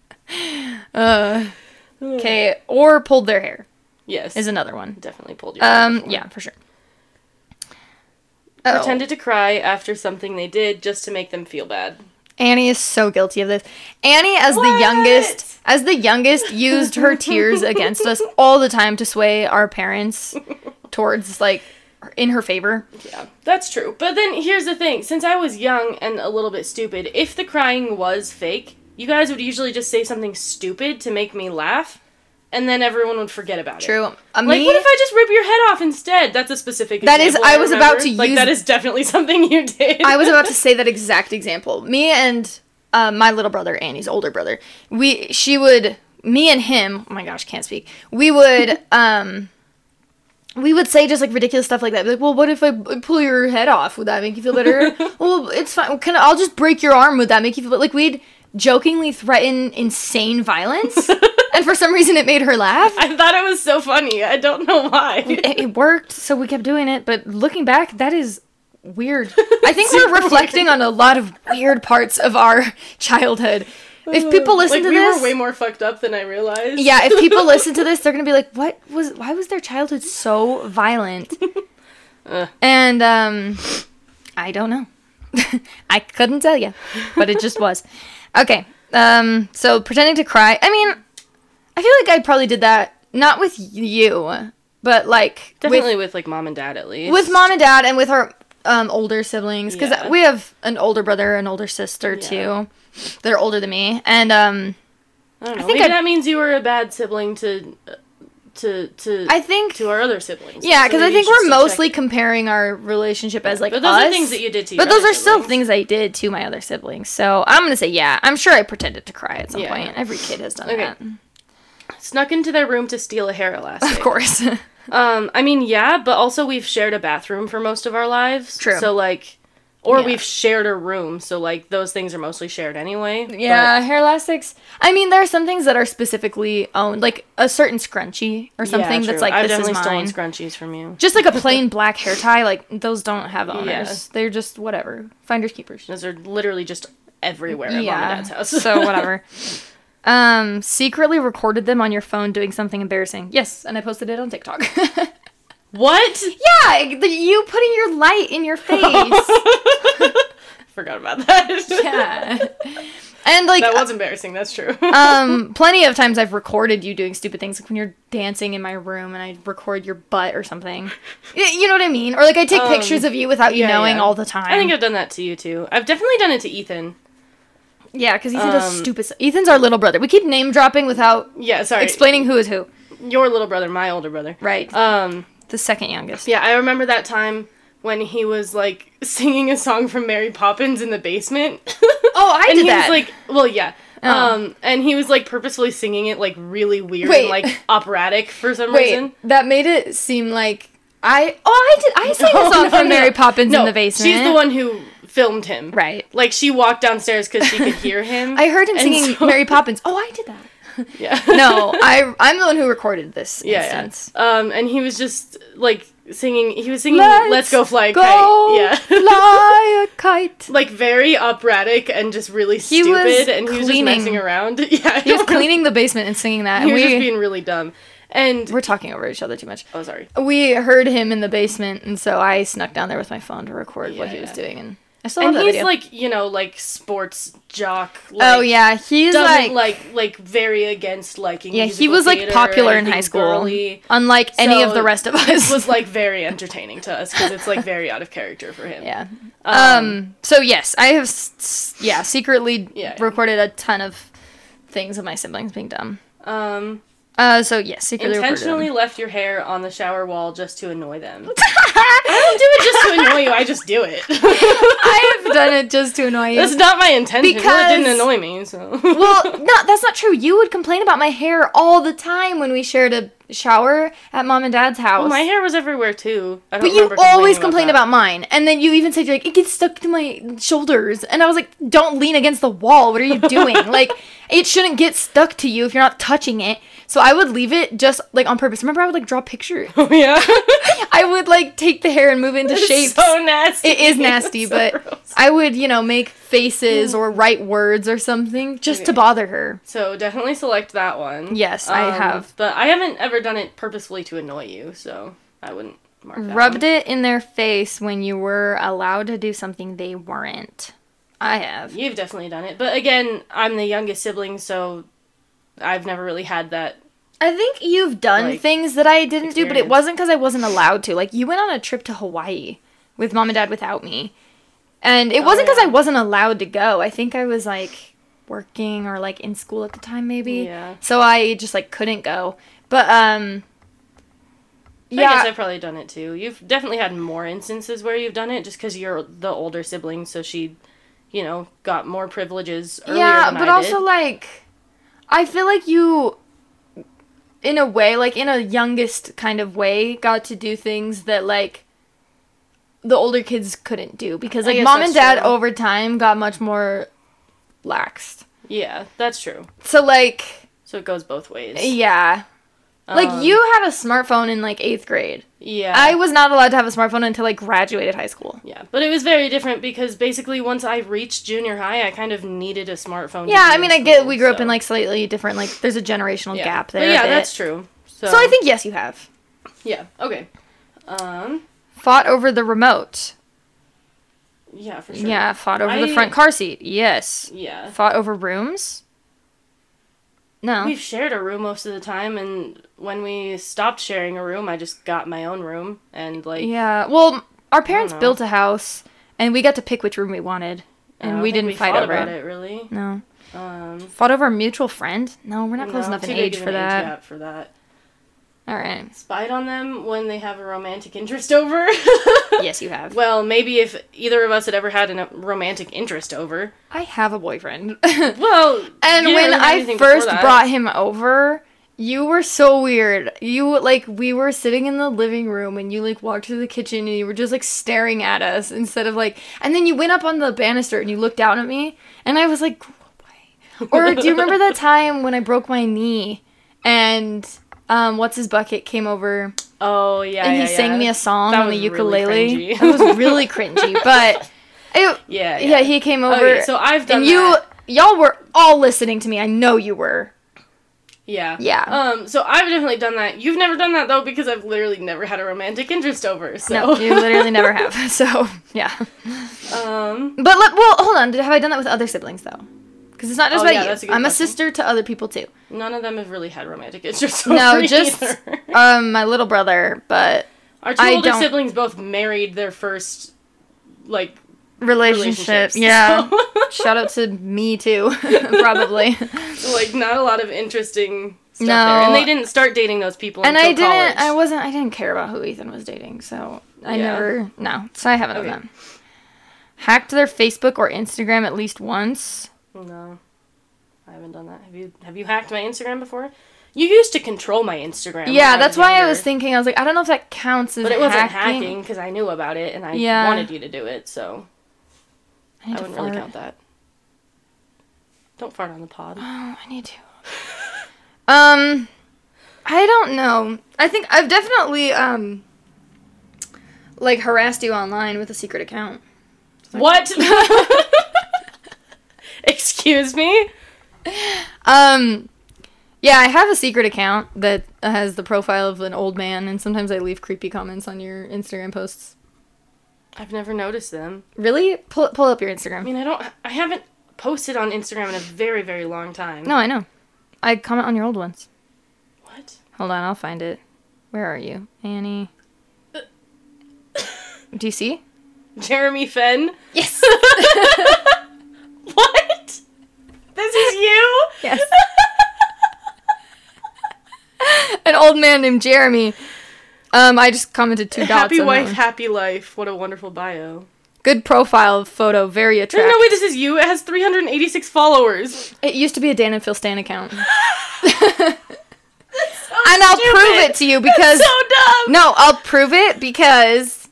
[SPEAKER 1] uh Okay, or pulled their hair
[SPEAKER 2] yes.
[SPEAKER 1] is another one.
[SPEAKER 2] Definitely pulled your. hair
[SPEAKER 1] Um,
[SPEAKER 2] before.
[SPEAKER 1] yeah, for sure.
[SPEAKER 2] Pretended to cry after something they did just to make them feel bad.
[SPEAKER 1] Annie is so guilty of this. Annie, as the
[SPEAKER 2] What?
[SPEAKER 1] youngest, as the youngest, used her tears against us all the time to sway our parents towards like in her favor.
[SPEAKER 2] Yeah, that's true. But then here's the thing since I was young and a little bit stupid, if the crying was fake, you guys would usually just say something stupid to make me laugh, and then everyone would forget about it.
[SPEAKER 1] True. Uh,
[SPEAKER 2] Like,
[SPEAKER 1] me,
[SPEAKER 2] what if I just rip your head off instead? That's a specific
[SPEAKER 1] That is-
[SPEAKER 2] example
[SPEAKER 1] I was about to
[SPEAKER 2] remember. Like,
[SPEAKER 1] use-
[SPEAKER 2] that is definitely something you did.
[SPEAKER 1] I was about to say that exact example. Me and uh, my little brother, Annie's older brother, we she would me and him. Oh my gosh, can't speak. We would um. We would say just like ridiculous stuff like that. Be like, well, what if I b- pull your head off? Would that make you feel better? well, it's fine. Can I, I'll just break your arm. Would that make you feel like we'd jokingly threaten insane violence? and for some reason, it made her laugh.
[SPEAKER 2] I thought it was so funny. I don't know why.
[SPEAKER 1] It, it worked, so we kept doing it. But looking back, that is weird. I think we're reflecting on a lot of weird parts of our childhood. If people listen
[SPEAKER 2] Uh, like,
[SPEAKER 1] to
[SPEAKER 2] we
[SPEAKER 1] this,
[SPEAKER 2] were way more fucked up than I realized.
[SPEAKER 1] yeah, if people listen to this, they're gonna be like, "What was? Why was their childhood so violent?"
[SPEAKER 2] Ugh.
[SPEAKER 1] and um, I don't know. I couldn't tell you, but it just was. Okay, um, so pretending to cry. I mean, I feel like I probably did that not with you, but like with
[SPEAKER 2] Definitely with, like mom and dad at least.
[SPEAKER 1] with mom and dad and with our um, older siblings because
[SPEAKER 2] Yeah.
[SPEAKER 1] we have an older brother and older sister
[SPEAKER 2] Yeah.
[SPEAKER 1] too that are older than me and um,
[SPEAKER 2] I don't know.
[SPEAKER 1] think
[SPEAKER 2] Maybe
[SPEAKER 1] I-
[SPEAKER 2] that means you were a bad sibling to uh, to to
[SPEAKER 1] i think
[SPEAKER 2] to our other siblings.
[SPEAKER 1] yeah
[SPEAKER 2] So
[SPEAKER 1] because i
[SPEAKER 2] maybe you
[SPEAKER 1] think
[SPEAKER 2] should
[SPEAKER 1] we're
[SPEAKER 2] still check
[SPEAKER 1] mostly
[SPEAKER 2] it.
[SPEAKER 1] comparing our relationship as like
[SPEAKER 2] But those
[SPEAKER 1] us,
[SPEAKER 2] are things that you did to. Your
[SPEAKER 1] but those
[SPEAKER 2] other
[SPEAKER 1] are still
[SPEAKER 2] siblings.
[SPEAKER 1] things i did to my other siblings so i'm gonna say yeah i'm sure i pretended to cry at some
[SPEAKER 2] Yeah.
[SPEAKER 1] point every kid has done
[SPEAKER 2] Okay.
[SPEAKER 1] that
[SPEAKER 2] Snuck into their room to steal a hair elastic.
[SPEAKER 1] of course
[SPEAKER 2] Um, I mean, yeah, but also we've shared a bathroom for most of our lives.
[SPEAKER 1] True.
[SPEAKER 2] So like, or
[SPEAKER 1] Yeah.
[SPEAKER 2] we've shared a room. So like, those things are mostly shared anyway.
[SPEAKER 1] yeah hair elastics i mean there are some things that are specifically owned like a certain scrunchie or
[SPEAKER 2] But-
[SPEAKER 1] something that's
[SPEAKER 2] yeah, true.
[SPEAKER 1] like
[SPEAKER 2] I've
[SPEAKER 1] this is
[SPEAKER 2] definitely
[SPEAKER 1] mine
[SPEAKER 2] stolen scrunchies from you.
[SPEAKER 1] Just like a plain black hair tie, like those don't have owners.
[SPEAKER 2] Yeah.
[SPEAKER 1] They're just whatever. Finders keepers.
[SPEAKER 2] Those are literally just everywhere at mom and dad's house.
[SPEAKER 1] so whatever. Um, secretly recorded them on your phone doing something embarrassing. Yes, and I posted it on TikTok.
[SPEAKER 2] what?
[SPEAKER 1] yeah, the, you putting your light in your face.
[SPEAKER 2] Forgot about that.
[SPEAKER 1] yeah. And like
[SPEAKER 2] That was embarrassing. That's true.
[SPEAKER 1] um plenty of times I've recorded you doing stupid things like when you're dancing in my room and I record your butt or something. Y- You know what I mean? Or like I take
[SPEAKER 2] Um,
[SPEAKER 1] pictures of you without you
[SPEAKER 2] yeah,
[SPEAKER 1] knowing
[SPEAKER 2] yeah.
[SPEAKER 1] all the time.
[SPEAKER 2] I think I've done that to you too. I've definitely done it to Ethan.
[SPEAKER 1] Yeah, because Ethan does
[SPEAKER 2] Um,
[SPEAKER 1] stupid stuff. Ethan's our little brother. We keep name dropping without
[SPEAKER 2] Yeah, sorry.
[SPEAKER 1] explaining who is who.
[SPEAKER 2] Your little brother, my older brother.
[SPEAKER 1] Right.
[SPEAKER 2] Um,
[SPEAKER 1] the second youngest.
[SPEAKER 2] yeah, I remember that time when he was like singing a song from Mary Poppins in the basement.
[SPEAKER 1] Oh, I
[SPEAKER 2] and
[SPEAKER 1] did
[SPEAKER 2] he
[SPEAKER 1] that.
[SPEAKER 2] was like, well, yeah.
[SPEAKER 1] Oh.
[SPEAKER 2] Um, and he was like purposefully singing it like really weird
[SPEAKER 1] Wait.
[SPEAKER 2] and like operatic for some
[SPEAKER 1] Wait,
[SPEAKER 2] reason.
[SPEAKER 1] that made it seem like I. Oh, I did. I sang
[SPEAKER 2] Oh,
[SPEAKER 1] a song
[SPEAKER 2] no,
[SPEAKER 1] from
[SPEAKER 2] no.
[SPEAKER 1] Mary Poppins
[SPEAKER 2] No,
[SPEAKER 1] in the basement.
[SPEAKER 2] She's the one who filmed him.
[SPEAKER 1] Right.
[SPEAKER 2] Like she walked downstairs because she could hear him.
[SPEAKER 1] I heard him
[SPEAKER 2] and
[SPEAKER 1] singing
[SPEAKER 2] so-
[SPEAKER 1] Mary Poppins. Oh, I did that.
[SPEAKER 2] Yeah.
[SPEAKER 1] No, I. I'm the one who recorded this
[SPEAKER 2] yeah,
[SPEAKER 1] instance.
[SPEAKER 2] yeah. Um, and he was just like singing. He was singing
[SPEAKER 1] Let's
[SPEAKER 2] "Let's, Go Fly a
[SPEAKER 1] Go
[SPEAKER 2] Kite." Yeah.
[SPEAKER 1] fly a kite.
[SPEAKER 2] like very operatic and just really
[SPEAKER 1] He
[SPEAKER 2] stupid,
[SPEAKER 1] was
[SPEAKER 2] and he was just
[SPEAKER 1] cleaning.
[SPEAKER 2] messing around. Yeah,
[SPEAKER 1] He was cleaning the basement and singing that,
[SPEAKER 2] He
[SPEAKER 1] and
[SPEAKER 2] was just
[SPEAKER 1] we
[SPEAKER 2] being really dumb. And
[SPEAKER 1] we're talking over each other too much.
[SPEAKER 2] oh, sorry.
[SPEAKER 1] We heard him in the basement, and so I snuck down there with my phone to record what
[SPEAKER 2] Yeah,
[SPEAKER 1] he was
[SPEAKER 2] yeah.
[SPEAKER 1] doing. And I still love
[SPEAKER 2] and
[SPEAKER 1] that
[SPEAKER 2] he's
[SPEAKER 1] video.
[SPEAKER 2] like you know like sports jock. Like,
[SPEAKER 1] oh yeah, he's like,
[SPEAKER 2] doesn't like, like very against liking.
[SPEAKER 1] yeah, he
[SPEAKER 2] musical
[SPEAKER 1] was like
[SPEAKER 2] theater or
[SPEAKER 1] popular in high
[SPEAKER 2] anything
[SPEAKER 1] school,
[SPEAKER 2] girly.
[SPEAKER 1] unlike any of
[SPEAKER 2] So
[SPEAKER 1] the rest of us.
[SPEAKER 2] This was like very entertaining to us because it's like very out of character for him.
[SPEAKER 1] yeah.
[SPEAKER 2] Um,
[SPEAKER 1] Um. So yes, I have s- s- yeah secretly
[SPEAKER 2] Yeah, yeah.
[SPEAKER 1] recorded a ton of things of my siblings being dumb.
[SPEAKER 2] um,
[SPEAKER 1] Uh. So yes, secretly recorded
[SPEAKER 2] intentionally
[SPEAKER 1] them.
[SPEAKER 2] left your hair on the shower wall just to annoy them. I don't do it just to annoy you. I just do it.
[SPEAKER 1] I have done it just to annoy you.
[SPEAKER 2] That's not my intention. Well, it
[SPEAKER 1] Because-
[SPEAKER 2] didn't annoy me, so.
[SPEAKER 1] well, no, that's not true. You would complain about my hair all the time when we shared a shower at mom and dad's house.
[SPEAKER 2] Well, my hair was everywhere too. I don't
[SPEAKER 1] But you
[SPEAKER 2] remember complaining
[SPEAKER 1] always complain
[SPEAKER 2] that.
[SPEAKER 1] about mine. And then you even said, you're like, it gets stuck to my shoulders. And I was like, don't lean against the wall. What are you doing? like, it shouldn't get stuck to you if you're not touching it. So I would leave it just like on purpose. Remember, I would like draw pictures.
[SPEAKER 2] Oh, yeah.
[SPEAKER 1] I would like take the hair and move it into
[SPEAKER 2] It's
[SPEAKER 1] shapes.
[SPEAKER 2] so nasty.
[SPEAKER 1] it is
[SPEAKER 2] It's
[SPEAKER 1] nasty,
[SPEAKER 2] so
[SPEAKER 1] but
[SPEAKER 2] gross.
[SPEAKER 1] I would, you know, make faces or write words or something just to
[SPEAKER 2] Okay.
[SPEAKER 1] bother her.
[SPEAKER 2] So definitely select that one. Um,
[SPEAKER 1] Yes, I have.
[SPEAKER 2] But I haven't ever done it purposefully to annoy you, so I wouldn't mark that.
[SPEAKER 1] Rubbed it in their face when you were allowed to do something they weren't. I have.
[SPEAKER 2] You've definitely done it. But again, I'm the youngest sibling, so I've never really had that.
[SPEAKER 1] I think you've done
[SPEAKER 2] like,
[SPEAKER 1] things that I didn't do, but it
[SPEAKER 2] experience.
[SPEAKER 1] wasn't because I wasn't allowed to. Like you went on a trip to Hawaii with mom and dad without me, and it wasn't because
[SPEAKER 2] yeah.
[SPEAKER 1] I wasn't allowed to go. I think I was like working or like in school at the time, maybe.
[SPEAKER 2] Yeah.
[SPEAKER 1] So I just like couldn't go. But um,
[SPEAKER 2] Yeah. I guess
[SPEAKER 1] yeah,
[SPEAKER 2] I've probably done it too. You've definitely had more instances where you've done it just because you're the older sibling, so she, you know, got more privileges earlier
[SPEAKER 1] yeah,
[SPEAKER 2] than
[SPEAKER 1] but
[SPEAKER 2] I
[SPEAKER 1] also
[SPEAKER 2] did.
[SPEAKER 1] like, I feel like you. In a way, like in a youngest kind of way, got to do things that like the older kids couldn't do because
[SPEAKER 2] I
[SPEAKER 1] like
[SPEAKER 2] guess
[SPEAKER 1] mom and
[SPEAKER 2] that's
[SPEAKER 1] dad
[SPEAKER 2] true.
[SPEAKER 1] over time got much more laxed.
[SPEAKER 2] Yeah, that's true.
[SPEAKER 1] So like
[SPEAKER 2] So it goes both ways.
[SPEAKER 1] yeah. like
[SPEAKER 2] Um,
[SPEAKER 1] you had a smartphone in like 8th grade.
[SPEAKER 2] Yeah.
[SPEAKER 1] I was not allowed to have a smartphone until I graduated high school.
[SPEAKER 2] Yeah, but it was very different because basically once I reached junior high, I kind of needed a smartphone. to
[SPEAKER 1] Yeah,
[SPEAKER 2] be
[SPEAKER 1] I
[SPEAKER 2] in
[SPEAKER 1] mean I get
[SPEAKER 2] school,
[SPEAKER 1] we grew up
[SPEAKER 2] so-
[SPEAKER 1] in like slightly different like there's a generational
[SPEAKER 2] Yeah.
[SPEAKER 1] gap
[SPEAKER 2] But
[SPEAKER 1] there.
[SPEAKER 2] yeah,
[SPEAKER 1] that-
[SPEAKER 2] that's true. So,
[SPEAKER 1] So I think yes you have.
[SPEAKER 2] yeah, okay. Um,
[SPEAKER 1] Fought over the remote.
[SPEAKER 2] yeah, for sure.
[SPEAKER 1] Yeah, fought over the
[SPEAKER 2] I-
[SPEAKER 1] front car seat. Yes.
[SPEAKER 2] yeah.
[SPEAKER 1] Fought over rooms? No.
[SPEAKER 2] We've shared a room most of the time, and when we stopped sharing a room, I just got my own room and like.
[SPEAKER 1] Yeah. Well, our parents
[SPEAKER 2] know. Oh,
[SPEAKER 1] built a house, and we got to pick which room we wanted,
[SPEAKER 2] I don't
[SPEAKER 1] and we
[SPEAKER 2] think
[SPEAKER 1] didn't fight
[SPEAKER 2] fought
[SPEAKER 1] over
[SPEAKER 2] about
[SPEAKER 1] it.
[SPEAKER 2] it really.
[SPEAKER 1] No.
[SPEAKER 2] Um,
[SPEAKER 1] Fought over a mutual friend? No, we're not close
[SPEAKER 2] no,
[SPEAKER 1] enough in
[SPEAKER 2] too big
[SPEAKER 1] age
[SPEAKER 2] of
[SPEAKER 1] for
[SPEAKER 2] an
[SPEAKER 1] that.
[SPEAKER 2] gap for that.
[SPEAKER 1] All right.
[SPEAKER 2] Spied on them when they have a romantic interest over.
[SPEAKER 1] Yes, you have.
[SPEAKER 2] Well, maybe if either of us had ever had a romantic interest over.
[SPEAKER 1] I have a boyfriend.
[SPEAKER 2] Well,
[SPEAKER 1] and when
[SPEAKER 2] you didn't really have
[SPEAKER 1] I
[SPEAKER 2] anything before
[SPEAKER 1] first
[SPEAKER 2] that.
[SPEAKER 1] brought him over, you were so weird. You like we were sitting in the living room and you like walked through the kitchen and you were just like staring at us instead of like and then you went up on the banister and you looked down at me and I was like "Go away." Or do you remember that time when I broke my knee and um what's his bucket came over
[SPEAKER 2] oh yeah,
[SPEAKER 1] and
[SPEAKER 2] yeah,
[SPEAKER 1] he sang
[SPEAKER 2] yeah.
[SPEAKER 1] me a song
[SPEAKER 2] That
[SPEAKER 1] on the
[SPEAKER 2] was really
[SPEAKER 1] ukulele.
[SPEAKER 2] cringy.
[SPEAKER 1] that was really cringy, but it, yeah.
[SPEAKER 2] Yeah, Oh, yeah.
[SPEAKER 1] he came over.
[SPEAKER 2] Okay, so I've done
[SPEAKER 1] and you
[SPEAKER 2] that.
[SPEAKER 1] y'all were all listening to me. I know you were.
[SPEAKER 2] Yeah.
[SPEAKER 1] Yeah.
[SPEAKER 2] Um. So I've definitely done that. You've never done that though, because I've literally never had a romantic interest over. So.
[SPEAKER 1] No, you literally never have. So yeah,
[SPEAKER 2] um.
[SPEAKER 1] but let, well, hold on. Did, have I done that with other siblings though? Because it's not just
[SPEAKER 2] Oh,
[SPEAKER 1] about
[SPEAKER 2] yeah,
[SPEAKER 1] you.
[SPEAKER 2] that's a good
[SPEAKER 1] I'm a
[SPEAKER 2] question.
[SPEAKER 1] sister to other people too.
[SPEAKER 2] None of them have really had romantic interest over.
[SPEAKER 1] No, just
[SPEAKER 2] either.
[SPEAKER 1] um my little brother, but
[SPEAKER 2] Our two
[SPEAKER 1] I
[SPEAKER 2] older
[SPEAKER 1] don't-
[SPEAKER 2] siblings both married their first, like,
[SPEAKER 1] relationship.
[SPEAKER 2] relationships.
[SPEAKER 1] Yeah.
[SPEAKER 2] So,
[SPEAKER 1] Shout out to me too, probably.
[SPEAKER 2] like, not a lot of interesting
[SPEAKER 1] No.
[SPEAKER 2] stuff there. And they didn't start dating those people
[SPEAKER 1] and
[SPEAKER 2] until
[SPEAKER 1] I didn't.
[SPEAKER 2] college.
[SPEAKER 1] I wasn't. I didn't care about who Ethan was dating, so I
[SPEAKER 2] Yeah.
[SPEAKER 1] never. No, so I haven't
[SPEAKER 2] Okay.
[SPEAKER 1] done. that. Hacked their Facebook or Instagram at least once.
[SPEAKER 2] No, I haven't done that. Have you? Have you hacked my Instagram before? You used to control my Instagram. when
[SPEAKER 1] yeah, that's why I
[SPEAKER 2] younger,
[SPEAKER 1] was thinking. I was like, I don't know if that counts as.
[SPEAKER 2] But it wasn't
[SPEAKER 1] hacking.
[SPEAKER 2] hacking because I knew about it and I
[SPEAKER 1] Yeah.
[SPEAKER 2] wanted you to do it, so
[SPEAKER 1] I
[SPEAKER 2] I
[SPEAKER 1] need to
[SPEAKER 2] wouldn't really
[SPEAKER 1] fart.
[SPEAKER 2] count that. Don't fart on the pod.
[SPEAKER 1] Oh, I need to. um, I don't know. I think I've definitely um, like harassed you online with a secret account.
[SPEAKER 2] What? Excuse me?
[SPEAKER 1] Um, yeah, I have a secret account that has the profile of an old man, and sometimes I leave creepy comments on your Instagram posts.
[SPEAKER 2] I've never noticed them.
[SPEAKER 1] Really? Pull pull up your
[SPEAKER 2] I
[SPEAKER 1] Instagram.
[SPEAKER 2] mean, I don't. I haven't posted on Instagram in a very, very long time.
[SPEAKER 1] No, I know. I comment on your old ones.
[SPEAKER 2] What?
[SPEAKER 1] Hold on, I'll find it. Where are you, Annie? Do you see?
[SPEAKER 2] Jeremy Fenn?
[SPEAKER 1] Yes.
[SPEAKER 2] What? This is you?
[SPEAKER 1] yes. An old man named Jeremy. Um, I just commented two dots.
[SPEAKER 2] happy
[SPEAKER 1] on that
[SPEAKER 2] wife,
[SPEAKER 1] one.
[SPEAKER 2] happy life. What a wonderful bio.
[SPEAKER 1] Good profile photo, very
[SPEAKER 2] There's
[SPEAKER 1] attractive.
[SPEAKER 2] no way this is you. It has 386 followers.
[SPEAKER 1] It used to be a Dan and Phil Stan account. and I'll
[SPEAKER 2] stupid.
[SPEAKER 1] prove it to you because
[SPEAKER 2] so dumb.
[SPEAKER 1] no, I'll prove it because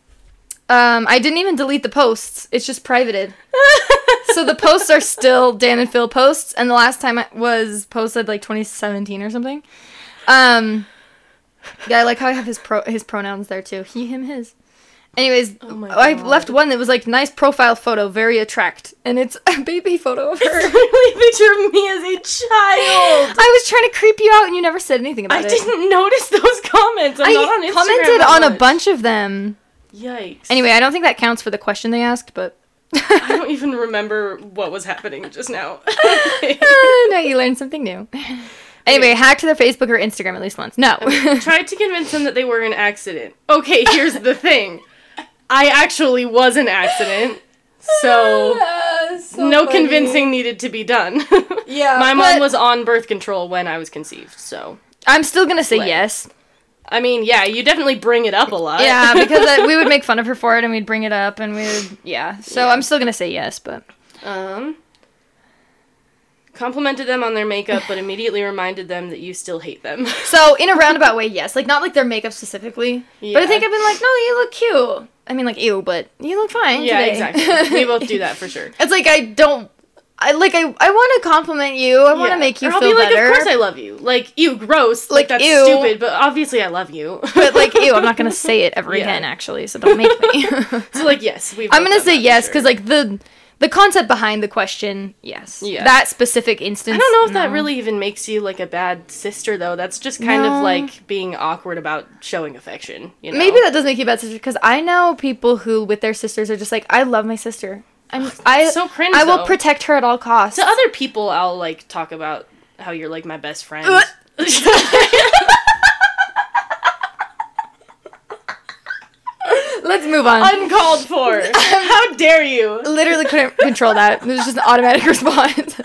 [SPEAKER 1] um, I didn't even delete the posts. It's just privated. so the posts are still Dan and Phil posts, and the last time it was posted like 2017 or something. Um, yeah, I like how I have his pro his pronouns there too. He, him, his. Anyways,
[SPEAKER 2] Oh my
[SPEAKER 1] I
[SPEAKER 2] God.
[SPEAKER 1] left one that was like nice profile photo, very attract, and it's a baby photo of her.
[SPEAKER 2] really picture me as a child.
[SPEAKER 1] I was trying to creep you out, and you never said anything about
[SPEAKER 2] I
[SPEAKER 1] it.
[SPEAKER 2] didn't notice those comments. I'm
[SPEAKER 1] I
[SPEAKER 2] not on Instagram
[SPEAKER 1] commented
[SPEAKER 2] that
[SPEAKER 1] on a
[SPEAKER 2] much.
[SPEAKER 1] bunch of them.
[SPEAKER 2] Yikes.
[SPEAKER 1] Anyway, I don't think that counts for the question they asked, but
[SPEAKER 2] I don't even remember what was happening just now.
[SPEAKER 1] no, you learned something new. Anyway, hacked their Facebook or Instagram at least once. No.
[SPEAKER 2] Tried to convince them that they were an accident. Okay, here's the thing. I actually was an accident. So no convincing needed to be done.
[SPEAKER 1] Yeah.
[SPEAKER 2] My mom was on birth control when I was conceived, so
[SPEAKER 1] I'm still gonna say
[SPEAKER 2] Like-
[SPEAKER 1] yes.
[SPEAKER 2] I mean, yeah, you definitely bring it up a lot.
[SPEAKER 1] Yeah, because I, we would make fun of her for it, and we'd bring it up, and we would yeah. So I'm still gonna say yes, but
[SPEAKER 2] um complimented them on their makeup but immediately reminded them that you still hate them.
[SPEAKER 1] so in a roundabout way, yes. Like not like their makeup specifically, but I
[SPEAKER 2] Yeah.
[SPEAKER 1] think I've been like, no, you look cute. I mean, like ew, but you look fine.
[SPEAKER 2] yeah,
[SPEAKER 1] today.
[SPEAKER 2] exactly. We both do that for sure.
[SPEAKER 1] It's like I don't. I like I. I want to compliment you. I want to
[SPEAKER 2] Yeah.
[SPEAKER 1] make you
[SPEAKER 2] Or I'll
[SPEAKER 1] feel
[SPEAKER 2] be like,
[SPEAKER 1] better.
[SPEAKER 2] Of course, I love you. Like, ew, gross.
[SPEAKER 1] Like,
[SPEAKER 2] Like, that's
[SPEAKER 1] ew.
[SPEAKER 2] stupid. But obviously, I love you.
[SPEAKER 1] but like ew, I'm not gonna say it ever
[SPEAKER 2] Yeah.
[SPEAKER 1] again. Actually, so don't make me.
[SPEAKER 2] so like, yes, we.
[SPEAKER 1] I'm gonna say yes because like the the concept behind the question, yes.
[SPEAKER 2] Yeah.
[SPEAKER 1] That specific instance.
[SPEAKER 2] I don't know if that
[SPEAKER 1] no.
[SPEAKER 2] really even makes you like a bad sister though. That's just kind
[SPEAKER 1] No.
[SPEAKER 2] of like being awkward about showing affection. You know.
[SPEAKER 1] Maybe that does make you a bad sister because I know people who with their sisters are just like, I love my sister. I'm I
[SPEAKER 2] so cringe,
[SPEAKER 1] I will
[SPEAKER 2] though.
[SPEAKER 1] protect her at all costs.
[SPEAKER 2] to other people, I'll like talk about how you're like my best friend.
[SPEAKER 1] Ugh. Let's move on. I
[SPEAKER 2] Uncalled for. how dare you?
[SPEAKER 1] literally couldn't control that. It was just an automatic response.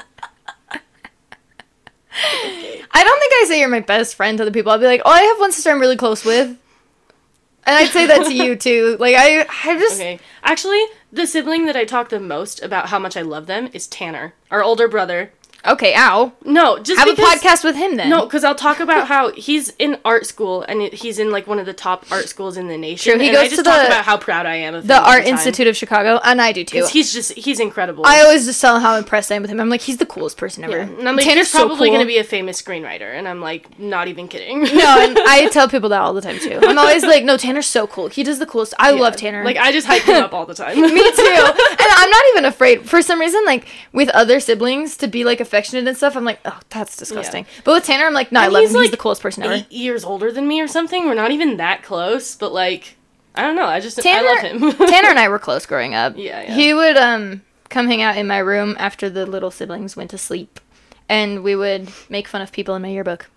[SPEAKER 1] I don't think I say you're my best friend to other people. I'll be like, oh, I have one sister I'm really close with. And I'd say that to you too. Like I, I just
[SPEAKER 2] Okay. Actually, the sibling that I talk the most about how much I love them is Tanner, our older brother.
[SPEAKER 1] okay, ow.
[SPEAKER 2] No, just
[SPEAKER 1] Have
[SPEAKER 2] because
[SPEAKER 1] a podcast with him then.
[SPEAKER 2] No, because I'll talk about how he's in art school and it- he's in like one of the top art schools in the nation.
[SPEAKER 1] True, he
[SPEAKER 2] and I
[SPEAKER 1] goes to
[SPEAKER 2] just talk
[SPEAKER 1] the-
[SPEAKER 2] about how proud I am of
[SPEAKER 1] the Art Institute of Chicago, and I do too.
[SPEAKER 2] He's just he's incredible.
[SPEAKER 1] I always just tell him how impressed I am with him. I'm like, he's the coolest person ever.
[SPEAKER 2] and I'm like,
[SPEAKER 1] Tanner's
[SPEAKER 2] he's probably
[SPEAKER 1] so cool.
[SPEAKER 2] gonna be a famous screenwriter, and I'm like, not even kidding.
[SPEAKER 1] no, and I tell people that all the time too. I'm always like, no, Tanner's so cool. He does the coolest. I love Tanner.
[SPEAKER 2] Like I just hype him up all the time.
[SPEAKER 1] me too. And I'm not even afraid. For some reason, like with other siblings, to be like affectionate and stuff, I'm like, oh, that's disgusting. But with Tanner, I'm like, no, I
[SPEAKER 2] And
[SPEAKER 1] love
[SPEAKER 2] he's,
[SPEAKER 1] him. he's
[SPEAKER 2] like,
[SPEAKER 1] the coolest person ever.
[SPEAKER 2] Eight years older than me or something. We're not even that close, but like, I don't know. I just
[SPEAKER 1] Tanner,
[SPEAKER 2] I love him.
[SPEAKER 1] Tanner and I were close growing up.
[SPEAKER 2] Yeah, yeah.
[SPEAKER 1] He would um come hang out in my room after the little siblings went to sleep, and we would make fun of people in my yearbook.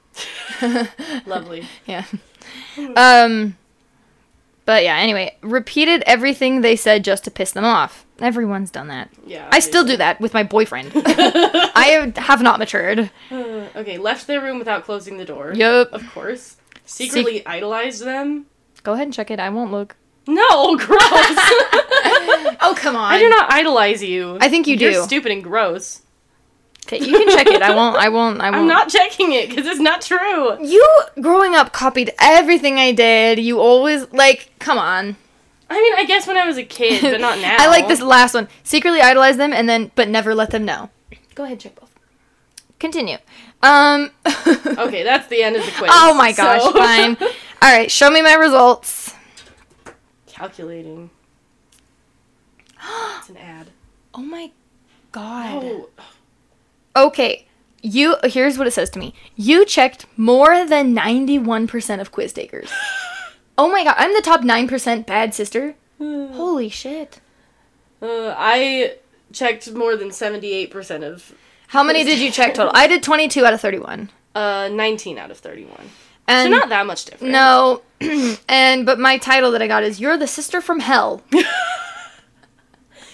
[SPEAKER 2] Lovely.
[SPEAKER 1] Yeah.
[SPEAKER 2] Hmm.
[SPEAKER 1] Um. But yeah. Anyway, repeated everything they said just to piss them off. Everyone's done that.
[SPEAKER 2] Yeah.
[SPEAKER 1] I still do that with my boyfriend. I have not matured.
[SPEAKER 2] obviously. Uh, okay. Left their room without closing the door.
[SPEAKER 1] Yup.
[SPEAKER 2] Of course. Secretly idolized them.
[SPEAKER 1] Go ahead and check it. I won't look.
[SPEAKER 2] No, gross.
[SPEAKER 1] Oh come on.
[SPEAKER 2] I do not idolize you.
[SPEAKER 1] I think you
[SPEAKER 2] You're
[SPEAKER 1] do.
[SPEAKER 2] stupid and gross.
[SPEAKER 1] Okay, you can check it. I won't. I won't. I won't.
[SPEAKER 2] I'm not checking it because it's not true.
[SPEAKER 1] You growing up copied everything I did. You always like. Come on.
[SPEAKER 2] I mean, I guess when I was a kid, but not now.
[SPEAKER 1] I like this last one. Secretly idolize them and then, but never let them know. Go ahead, check both. Continue. Um.
[SPEAKER 2] Okay, that's the end of the quiz.
[SPEAKER 1] Oh my gosh,
[SPEAKER 2] so-
[SPEAKER 1] fine. All right, show me my results.
[SPEAKER 2] Calculating. It's an ad.
[SPEAKER 1] Oh my god.
[SPEAKER 2] Oh,
[SPEAKER 1] Okay, you here's what it says to me. You checked more than 91% of quiz takers. oh my god, I'm the top 9% bad sister.
[SPEAKER 2] Hmm.
[SPEAKER 1] Holy shit.
[SPEAKER 2] Uh, I checked more than 78% of
[SPEAKER 1] How many did you check total? I did 22 out of 31.
[SPEAKER 2] uh, 19 out of 31.
[SPEAKER 1] And
[SPEAKER 2] so not that much different.
[SPEAKER 1] no, and but my title that I got is "You're the Sister from Hell."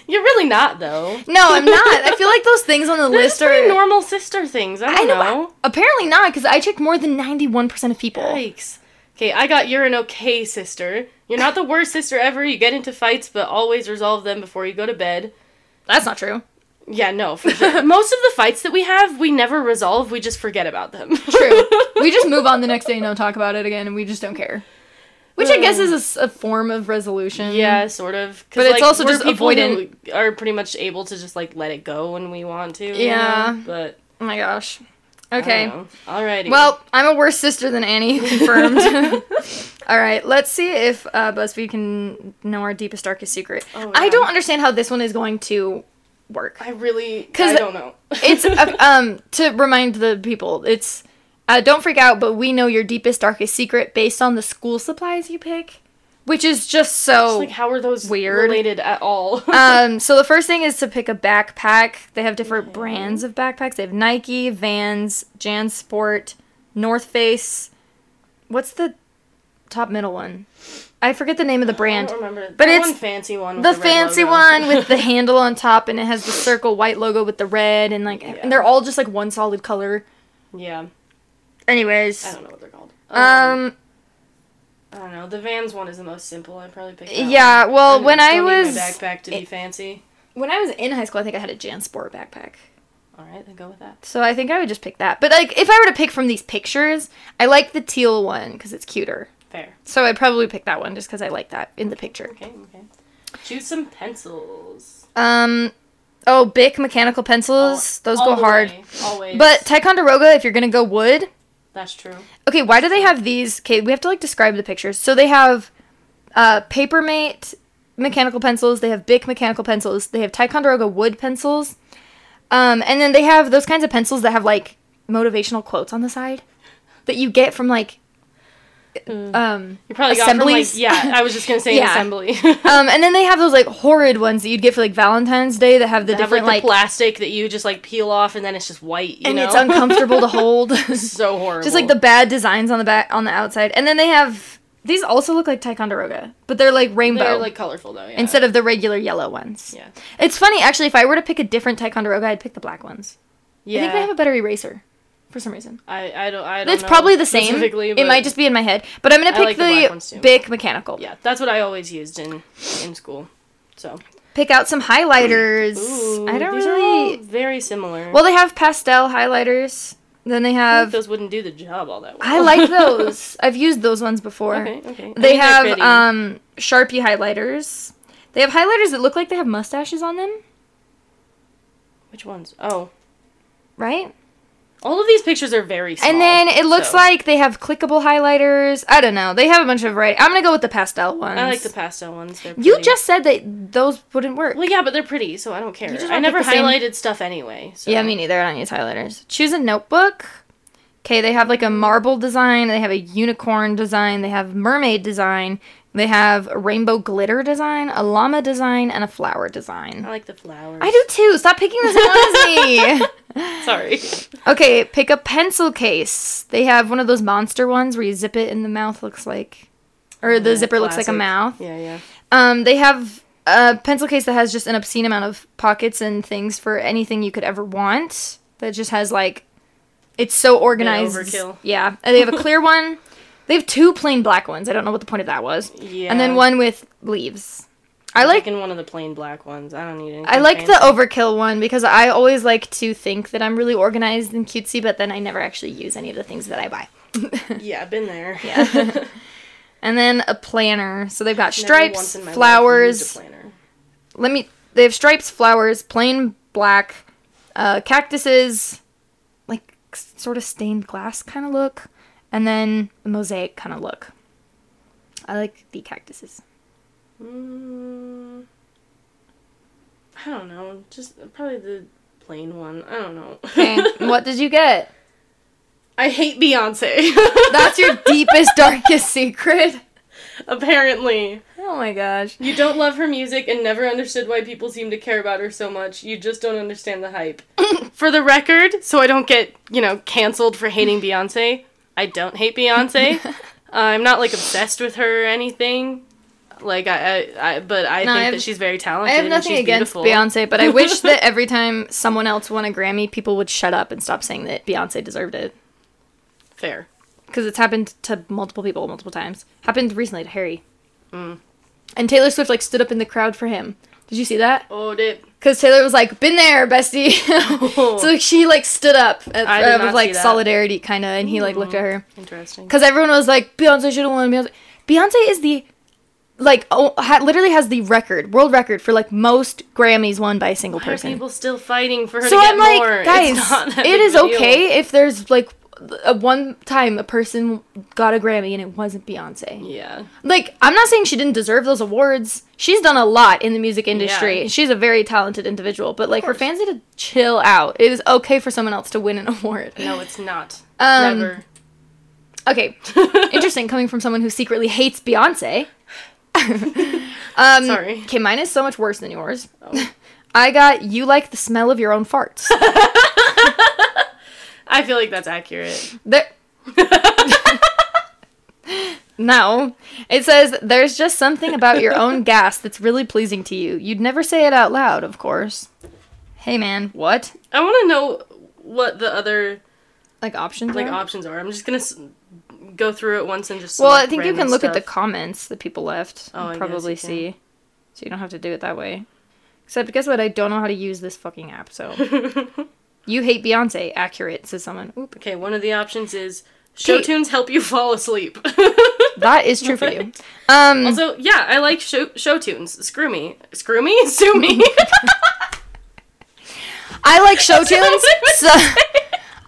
[SPEAKER 2] You're really not, though.
[SPEAKER 1] No, I'm not. I feel like those things on the
[SPEAKER 2] They're
[SPEAKER 1] list
[SPEAKER 2] just pretty
[SPEAKER 1] are
[SPEAKER 2] normal sister things. I
[SPEAKER 1] I
[SPEAKER 2] don't
[SPEAKER 1] know.
[SPEAKER 2] know.
[SPEAKER 1] Apparently not, because I checked more than 91 percent of people.
[SPEAKER 2] Yikes. Okay, I got you're an okay sister. You're not the worst sister ever. You get into fights, but always resolve them before you go to bed.
[SPEAKER 1] That's not true.
[SPEAKER 2] Yeah, no, for sure. Most of the fights that we have, we never resolve. We just forget about them.
[SPEAKER 1] True. we just move on the next day and don't talk about it again, and we just don't care. Which I guess is a s- a, form of resolution.
[SPEAKER 2] Yeah, sort of. 'Cause,
[SPEAKER 1] But it's also
[SPEAKER 2] we're
[SPEAKER 1] just
[SPEAKER 2] people
[SPEAKER 1] avoidant.
[SPEAKER 2] who Are pretty much able to just like let it go when we want to. you
[SPEAKER 1] Yeah.
[SPEAKER 2] know? But
[SPEAKER 1] Oh my gosh.
[SPEAKER 2] okay.
[SPEAKER 1] Okay.
[SPEAKER 2] Alrighty.
[SPEAKER 1] Well, I'm a worse sister than Annie, confirmed. All right, let's see if uh, BuzzFeed can know our deepest, darkest secret.
[SPEAKER 2] Oh,
[SPEAKER 1] I
[SPEAKER 2] yeah.
[SPEAKER 1] don't understand how this one is going to work.
[SPEAKER 2] I really.
[SPEAKER 1] 'Cause-
[SPEAKER 2] I don't know.
[SPEAKER 1] It's uh, um to remind the people. It's uh, don't freak out, but we know your deepest, darkest secret based on the school supplies you pick, which is just so
[SPEAKER 2] like how are those
[SPEAKER 1] Oh, weird.
[SPEAKER 2] related at all?
[SPEAKER 1] um, so the first thing is to pick a backpack. They have different brands of backpacks. They have Nike, Vans, JanSport, North Face. What's the top middle one? I forget the name of the brand.
[SPEAKER 2] I don't remember.
[SPEAKER 1] But
[SPEAKER 2] That
[SPEAKER 1] it's
[SPEAKER 2] one fancy one. with
[SPEAKER 1] The
[SPEAKER 2] red
[SPEAKER 1] fancy
[SPEAKER 2] logo.
[SPEAKER 1] one with the handle on top, and it has the circle white logo with the red, and like,
[SPEAKER 2] Yeah.
[SPEAKER 1] and they're all just like one solid color.
[SPEAKER 2] Yeah, I
[SPEAKER 1] Anyways,
[SPEAKER 2] don't know what they're called.
[SPEAKER 1] um,
[SPEAKER 2] I don't know. The Vans one is the most simple. I probably picked. that
[SPEAKER 1] yeah.
[SPEAKER 2] one.
[SPEAKER 1] Well,
[SPEAKER 2] I
[SPEAKER 1] when
[SPEAKER 2] still
[SPEAKER 1] I
[SPEAKER 2] need
[SPEAKER 1] was
[SPEAKER 2] my backpack to be
[SPEAKER 1] it-
[SPEAKER 2] fancy.
[SPEAKER 1] when I was in high school, I think I had a JanSport backpack.
[SPEAKER 2] All right, then go with that.
[SPEAKER 1] So I think I would just pick that. But like if I were to pick from these pictures, I like the teal one cuz it's cuter.
[SPEAKER 2] Fair.
[SPEAKER 1] So I'd probably pick that one just cuz I like that in the picture.
[SPEAKER 2] Okay. Okay. Choose some pencils.
[SPEAKER 1] Um oh, Bic mechanical pencils, those
[SPEAKER 2] Oh, All
[SPEAKER 1] go
[SPEAKER 2] the
[SPEAKER 1] hard.
[SPEAKER 2] way, Always.
[SPEAKER 1] But Ticonderoga if you're going to go wood,
[SPEAKER 2] that's true.
[SPEAKER 1] okay, why do they have these? Okay, we have to like describe the pictures. So they have uh Papermate mechanical pencils, they have Bic mechanical pencils, they have Ticonderoga wood pencils. Um and then they have those kinds of pencils that have like motivational quotes on the side that you get from like
[SPEAKER 2] Mm.
[SPEAKER 1] um
[SPEAKER 2] You probably
[SPEAKER 1] Assemblies?
[SPEAKER 2] got from like yeah. I was just gonna say
[SPEAKER 1] Yeah.
[SPEAKER 2] assembly.
[SPEAKER 1] um and then they have those like horrid ones that you'd get for like Valentine's Day that have the
[SPEAKER 2] They have, like,
[SPEAKER 1] different
[SPEAKER 2] the
[SPEAKER 1] like,
[SPEAKER 2] plastic that you just like peel off and then it's just white. You
[SPEAKER 1] and
[SPEAKER 2] know?
[SPEAKER 1] it's uncomfortable to hold.
[SPEAKER 2] so horrible.
[SPEAKER 1] Just like the bad designs on the back on the outside. And then they have these also look like Ticonderoga, but they're like rainbow.
[SPEAKER 2] they're like colorful though. Yeah.
[SPEAKER 1] instead of the regular yellow ones.
[SPEAKER 2] yeah.
[SPEAKER 1] It's funny, actually, if I were to pick a different Ticonderoga, I'd pick the black ones.
[SPEAKER 2] Yeah.
[SPEAKER 1] I think they have a better eraser for some reason.
[SPEAKER 2] I, I don't I don't
[SPEAKER 1] It's
[SPEAKER 2] know
[SPEAKER 1] probably the same.
[SPEAKER 2] specifically,
[SPEAKER 1] It
[SPEAKER 2] but-
[SPEAKER 1] might just be in my head. But I'm going
[SPEAKER 2] I
[SPEAKER 1] to pick
[SPEAKER 2] like the black ones,
[SPEAKER 1] the,
[SPEAKER 2] too.
[SPEAKER 1] Bic Mechanical.
[SPEAKER 2] Yeah, that's what I always used in in school. So
[SPEAKER 1] Pick out some highlighters.
[SPEAKER 2] Ooh,
[SPEAKER 1] I don't
[SPEAKER 2] these
[SPEAKER 1] really.
[SPEAKER 2] are all very similar.
[SPEAKER 1] Well, they have pastel highlighters. Then they
[SPEAKER 2] I think
[SPEAKER 1] have.
[SPEAKER 2] those wouldn't do the job all that well.
[SPEAKER 1] I like those. I've used those ones before.
[SPEAKER 2] okay, okay. I
[SPEAKER 1] They
[SPEAKER 2] mean, they're
[SPEAKER 1] have
[SPEAKER 2] pretty.
[SPEAKER 1] um Sharpie highlighters. They have highlighters that look like they have mustaches on them,
[SPEAKER 2] which ones? Oh,
[SPEAKER 1] right?
[SPEAKER 2] all of these pictures are very. Small,
[SPEAKER 1] and then it looks
[SPEAKER 2] so-
[SPEAKER 1] like they have clickable highlighters. I don't know. They have a bunch of variety. I'm gonna go with the pastel ones.
[SPEAKER 2] I like the pastel ones. They're
[SPEAKER 1] You
[SPEAKER 2] pretty.
[SPEAKER 1] just said that those wouldn't work.
[SPEAKER 2] well, yeah, but they're pretty, so I don't care.
[SPEAKER 1] You just
[SPEAKER 2] I
[SPEAKER 1] wanna
[SPEAKER 2] never
[SPEAKER 1] pick the same-
[SPEAKER 2] highlighted stuff anyway. So.
[SPEAKER 1] Yeah, me neither. I don't use highlighters. Choose a notebook. Okay, they have like a marble design. They have a unicorn design. They have mermaid design. They have a rainbow glitter design, a llama design, and a flower
[SPEAKER 2] I
[SPEAKER 1] design.
[SPEAKER 2] like the flowers.
[SPEAKER 1] I do too. Stop picking this one me.
[SPEAKER 2] Sorry.
[SPEAKER 1] Okay, pick a pencil case. They have one of those monster ones where you zip it and the mouth looks like, or the
[SPEAKER 2] Yeah,
[SPEAKER 1] zipper looks like a
[SPEAKER 2] classic.
[SPEAKER 1] mouth.
[SPEAKER 2] Yeah, yeah.
[SPEAKER 1] Um, they have a pencil case that has just an obscene amount of pockets and things for anything you could ever want. That just has like, it's so organized.
[SPEAKER 2] overkill.
[SPEAKER 1] Yeah, and they have a clear one. They have two plain black ones. I don't know what the point of that was.
[SPEAKER 2] Yeah.
[SPEAKER 1] And then one with leaves. I
[SPEAKER 2] I'm
[SPEAKER 1] like
[SPEAKER 2] picking one of the plain black ones. I don't need anything.
[SPEAKER 1] I like the
[SPEAKER 2] fancy.
[SPEAKER 1] overkill one because I always like to think that I'm really organized and cutesy, but then I never actually use any of the things that I buy.
[SPEAKER 2] Yeah, I've been there.
[SPEAKER 1] Yeah. and then a planner. So they've got
[SPEAKER 2] Never once
[SPEAKER 1] stripes,
[SPEAKER 2] in my life
[SPEAKER 1] flowers.
[SPEAKER 2] used a planner.
[SPEAKER 1] Let me. They have stripes, flowers, plain black, uh, cactuses, like s- sort of stained glass kind of look, and then a mosaic kind of look. I like the cactuses.
[SPEAKER 2] Mm, I don't know. Just probably the plain one. I don't know.
[SPEAKER 1] Okay, what did you get?
[SPEAKER 2] I hate Beyonce.
[SPEAKER 1] That's your deepest, darkest secret.
[SPEAKER 2] Apparently.
[SPEAKER 1] Oh my gosh.
[SPEAKER 2] You don't love her music and never understood why people seem to care about her so much. You just don't understand the hype. for the record, so I don't get, you know, canceled for hating Beyonce, I don't hate Beyonce. uh, I'm not like obsessed with her or anything. Like I, I, I but I
[SPEAKER 1] No, I
[SPEAKER 2] think
[SPEAKER 1] have-
[SPEAKER 2] that she's very talented.
[SPEAKER 1] I have
[SPEAKER 2] and
[SPEAKER 1] nothing
[SPEAKER 2] she's
[SPEAKER 1] against
[SPEAKER 2] beautiful.
[SPEAKER 1] Beyonce, but I wish that every time someone else won a Grammy, people would shut up and stop saying that Beyonce deserved it.
[SPEAKER 2] Fair.
[SPEAKER 1] Because it's happened to multiple people multiple times. Happened recently to Harry.
[SPEAKER 2] Mm.
[SPEAKER 1] And Taylor Swift, like, stood up in the crowd for him. Did you see that?
[SPEAKER 2] Oh, dip.
[SPEAKER 1] Because Taylor was like, been there, bestie. so she, like, stood up at,
[SPEAKER 2] Oh. I did
[SPEAKER 1] uh,
[SPEAKER 2] not
[SPEAKER 1] with,
[SPEAKER 2] see
[SPEAKER 1] like,
[SPEAKER 2] that. Mm.
[SPEAKER 1] solidarity, kind of, and he, like, looked at her.
[SPEAKER 2] Interesting.
[SPEAKER 1] Because everyone was like, Beyonce should have won. Beyonce. Beyonce is the, like, oh, ha- literally has the record, world record for, like, most Grammys won by a single
[SPEAKER 2] Why are
[SPEAKER 1] person.
[SPEAKER 2] people still fighting for her
[SPEAKER 1] so
[SPEAKER 2] to get
[SPEAKER 1] I'm like,
[SPEAKER 2] more?
[SPEAKER 1] guys,
[SPEAKER 2] it's not that
[SPEAKER 1] it
[SPEAKER 2] big
[SPEAKER 1] is
[SPEAKER 2] of a deal.
[SPEAKER 1] okay if there's, like, a one time a person got a Grammy and it wasn't Beyonce.
[SPEAKER 2] Yeah.
[SPEAKER 1] Like, I'm not saying she didn't deserve those awards. She's done a lot in the music industry.
[SPEAKER 2] Yeah.
[SPEAKER 1] She's a very talented individual, but like her
[SPEAKER 2] course.
[SPEAKER 1] fans need to chill out. It is okay for someone else to win an award.
[SPEAKER 2] No, it's not.
[SPEAKER 1] Um,
[SPEAKER 2] Never.
[SPEAKER 1] Okay. Interesting coming from someone who secretly hates Beyonce. um,
[SPEAKER 2] Sorry.
[SPEAKER 1] Okay, mine is so much worse than yours.
[SPEAKER 2] Oh.
[SPEAKER 1] I got you like the smell of your own farts.
[SPEAKER 2] I feel like that's accurate.
[SPEAKER 1] There- no. It says there's just something about your own gas that's really pleasing to you. You'd never say it out loud, of course. Hey man, what?
[SPEAKER 2] I want to know what the other
[SPEAKER 1] Like options?
[SPEAKER 2] like
[SPEAKER 1] are?
[SPEAKER 2] options are. I'm just gonna s- go through it once and just.
[SPEAKER 1] well, I
[SPEAKER 2] select
[SPEAKER 1] think you can
[SPEAKER 2] random
[SPEAKER 1] look at the
[SPEAKER 2] stuff.
[SPEAKER 1] comments that people left.
[SPEAKER 2] Oh, I
[SPEAKER 1] and
[SPEAKER 2] guess
[SPEAKER 1] probably
[SPEAKER 2] you can.
[SPEAKER 1] see. So you don't have to do it that way. Except guess what? I don't know how to use this fucking app. So you hate Beyonce? Accurate, says someone. Oop.
[SPEAKER 2] okay, one of the options is show
[SPEAKER 1] Pete.
[SPEAKER 2] tunes help you fall asleep.
[SPEAKER 1] That is true for you. Um,
[SPEAKER 2] also, yeah, I like show show tunes. Screw me, screw me, sue me.
[SPEAKER 1] I like show tunes. so,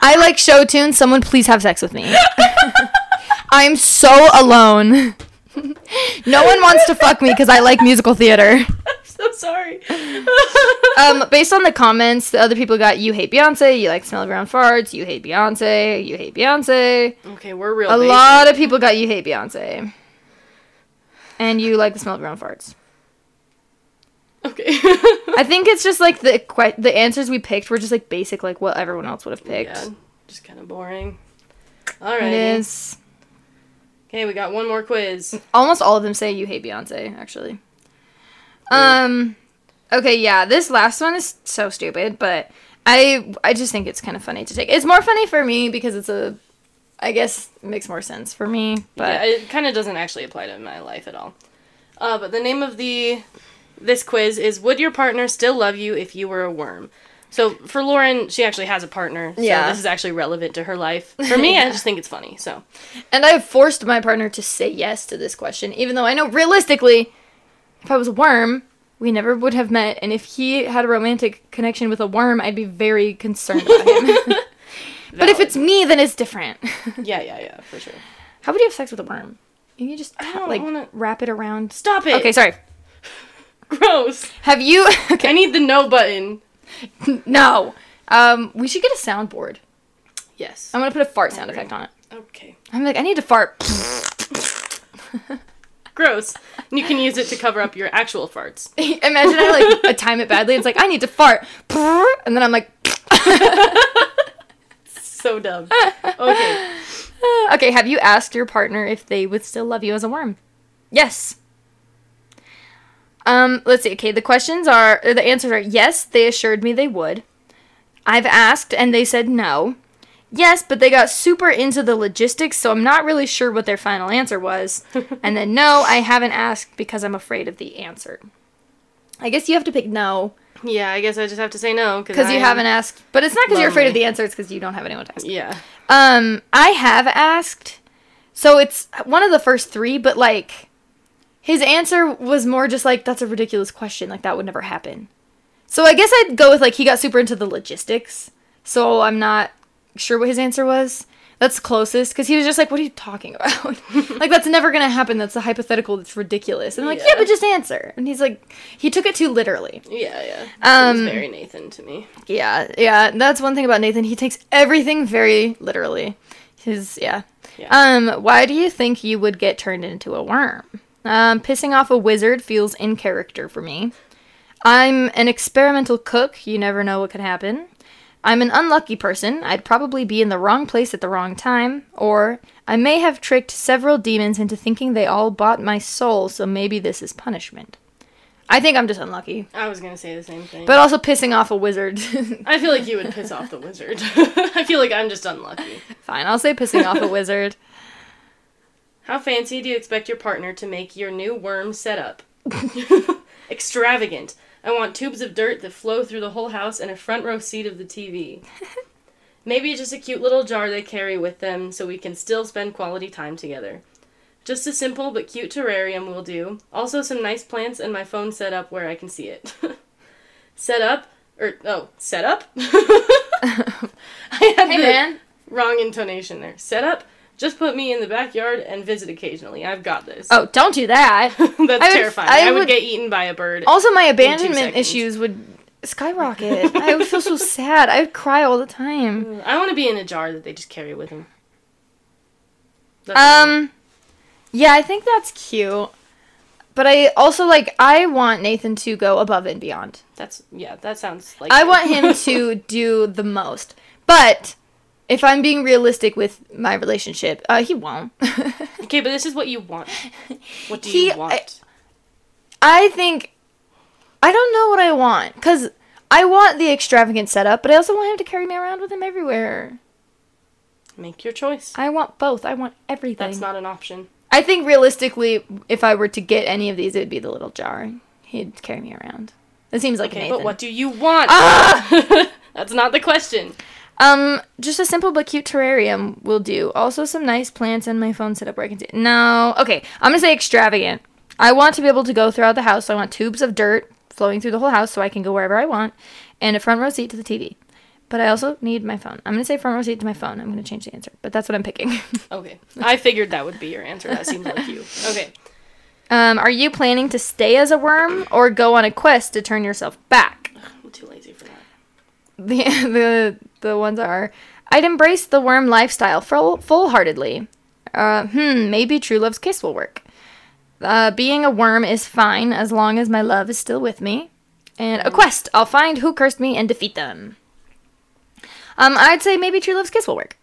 [SPEAKER 1] I like show tunes. Someone please have sex with me. I'm so alone. no one wants to fuck me because I like musical theater.
[SPEAKER 2] I'm so sorry.
[SPEAKER 1] Um, based on the comments, the other people got you hate Beyonce, you like smell of your own farts, you hate Beyonce, you hate Beyonce.
[SPEAKER 2] okay, we're real.
[SPEAKER 1] A
[SPEAKER 2] basic.
[SPEAKER 1] lot of people got you hate Beyonce. And you like the smell of your own farts.
[SPEAKER 2] Okay.
[SPEAKER 1] I think it's just like the que- the answers we picked were just like basic, like what everyone else would have picked.
[SPEAKER 2] yeah, just kind of boring. All
[SPEAKER 1] it
[SPEAKER 2] right.
[SPEAKER 1] is.
[SPEAKER 2] Okay, we got one more quiz.
[SPEAKER 1] Almost all of them say you hate Beyonce, actually. Um okay, yeah, this last one is so stupid, but I I just think it's kind of funny to take. It's more funny for me because it's a I guess it makes more sense for me,
[SPEAKER 2] yeah,
[SPEAKER 1] but
[SPEAKER 2] it kind of doesn't actually apply to my life at all. Uh, but the name of the this quiz is "Would your partner still love you if you were a worm?" So for Lauren, she actually has a partner. So
[SPEAKER 1] Yeah.
[SPEAKER 2] this is actually relevant to her life. For me, I just think it's funny. So
[SPEAKER 1] and I've forced my partner to say yes to this question even though I know realistically if I was a worm, we never would have met and if he had a romantic connection with a worm, I'd be very concerned about him. but if
[SPEAKER 2] valid.
[SPEAKER 1] it's me, then it's different.
[SPEAKER 2] yeah, yeah, yeah, for sure.
[SPEAKER 1] How would you have sex with a worm? You can just
[SPEAKER 2] don't
[SPEAKER 1] like
[SPEAKER 2] wanna-
[SPEAKER 1] wrap it around.
[SPEAKER 2] Stop it.
[SPEAKER 1] Okay, sorry.
[SPEAKER 2] gross.
[SPEAKER 1] Have you?
[SPEAKER 2] I
[SPEAKER 1] Okay,
[SPEAKER 2] need the no button.
[SPEAKER 1] no. Um, we should get a soundboard.
[SPEAKER 2] Yes.
[SPEAKER 1] I'm gonna put a fart sound effect on it.
[SPEAKER 2] Okay.
[SPEAKER 1] I'm like, I need to fart.
[SPEAKER 2] Gross. And you can use it to cover up your actual farts.
[SPEAKER 1] Imagine I like time it badly. It's like I need to fart, and then I'm like,
[SPEAKER 2] So dumb. Okay.
[SPEAKER 1] okay. Have you asked your partner if they would still love you as a worm? Yes. Um, let's see. Okay, the questions are or the answers are yes, they assured me they would. I've asked and they said no. Yes, but they got super into the logistics, so I'm not really sure what their final answer was. and then no, I haven't asked because I'm afraid of the answer. I guess you have to pick no
[SPEAKER 2] Yeah, I guess I just have to say no
[SPEAKER 1] because you
[SPEAKER 2] I am-
[SPEAKER 1] haven't asked. But it's not because you're afraid of
[SPEAKER 2] lonely.
[SPEAKER 1] the answer; it's because you don't have anyone to ask.
[SPEAKER 2] Yeah.
[SPEAKER 1] Um, I have asked. So it's one of the first three, but like his answer was more just like that's a ridiculous question, like that would never happen. So I guess I'd go with like he got super into the logistics. So I'm not sure what his answer was. That's closest because he was just like, "What are you talking about? like that's never gonna happen. That's a hypothetical. That's ridiculous." And I'm like, "Yeah,
[SPEAKER 2] Yeah.
[SPEAKER 1] but just answer." And he's like, he took it too literally.
[SPEAKER 2] Yeah, yeah.
[SPEAKER 1] Um,
[SPEAKER 2] Seems very Nathan to me.
[SPEAKER 1] Yeah, yeah. That's one thing about Nathan. He takes everything very literally. His yeah.
[SPEAKER 2] Yeah.
[SPEAKER 1] Um, why do you think you would get turned into a worm? Um, pissing off a wizard feels in character for me. I'm an experimental cook. You never know what could happen. I'm an unlucky person. I'd probably be in the wrong place at the wrong time. Or I may have tricked several demons into thinking they all bought my soul, so maybe this is punishment. I think I'm just unlucky.
[SPEAKER 2] I was gonna say the same thing.
[SPEAKER 1] But also pissing off a wizard.
[SPEAKER 2] I feel like you would piss off the wizard. I feel like I'm just unlucky.
[SPEAKER 1] Fine, I'll say pissing off a wizard.
[SPEAKER 2] How fancy do you expect your partner to make your new worm setup? Extravagant. I want tubes of dirt that flow through the whole house and a front row seat of the TV. Maybe just a cute little jar they carry with them so we can still spend quality time together. Just a simple but cute terrarium will do. Also, some nice plants and my phone set up where I can see it. set up? Or, oh, set up? I had
[SPEAKER 1] Hey,
[SPEAKER 2] the
[SPEAKER 1] man.
[SPEAKER 2] wrong intonation there. Set up? Just put me in the backyard and visit occasionally. I've got this.
[SPEAKER 1] Oh, don't do that.
[SPEAKER 2] That's
[SPEAKER 1] I would-
[SPEAKER 2] terrifying.
[SPEAKER 1] I
[SPEAKER 2] I would,
[SPEAKER 1] would-
[SPEAKER 2] get eaten by a bird.
[SPEAKER 1] Also, my abandonment
[SPEAKER 2] seconds.
[SPEAKER 1] issues would skyrocket. I would feel so sad. I would cry all the time.
[SPEAKER 2] I want to be in a jar that they just carry with them. That's all.
[SPEAKER 1] Um, yeah, I think that's cute. But I also like I want Nathan to go above and beyond.
[SPEAKER 2] that's yeah. That sounds like
[SPEAKER 1] I want him to do the most. But if I'm being realistic with my relationship, uh, he won't.
[SPEAKER 2] okay, but this is what you want. What do
[SPEAKER 1] He-
[SPEAKER 2] you want?
[SPEAKER 1] I- I think I don't know what I want because I want the extravagant setup, but I also want him to carry me around with him everywhere.
[SPEAKER 2] Make your choice.
[SPEAKER 1] I want both. I want everything.
[SPEAKER 2] That's not an option.
[SPEAKER 1] I think realistically, if I were to get any of these, it would be the little jar. He'd carry me around. That seems like
[SPEAKER 2] Okay,
[SPEAKER 1] Nathan. Ah!
[SPEAKER 2] but what do you want? that's not the question.
[SPEAKER 1] Um, just a simple but cute terrarium will do. Also, some nice plants and my phone set up where I can see. No, okay, I'm gonna say extravagant. I want to be able to go throughout the house. So I want tubes of dirt flowing through the whole house so I can go wherever I want, and a front row seat to the TV. But I also need my phone. I'm gonna say front row seat to my phone. I'm gonna change the answer, but that's what I'm picking.
[SPEAKER 2] Okay, I figured that would be your answer. That seems like you. Okay,
[SPEAKER 1] um, are you planning to stay as a worm or go on a quest to turn yourself back?
[SPEAKER 2] I'm too lazy for that.
[SPEAKER 1] the the the ones are I'd embrace the worm lifestyle full full heartedly. Uh, hmm, maybe true love's kiss will work. Uh, being a worm is fine as long as my love is still with me. And a quest, I'll find who cursed me and defeat them. Um, I'd say maybe true love's kiss will work.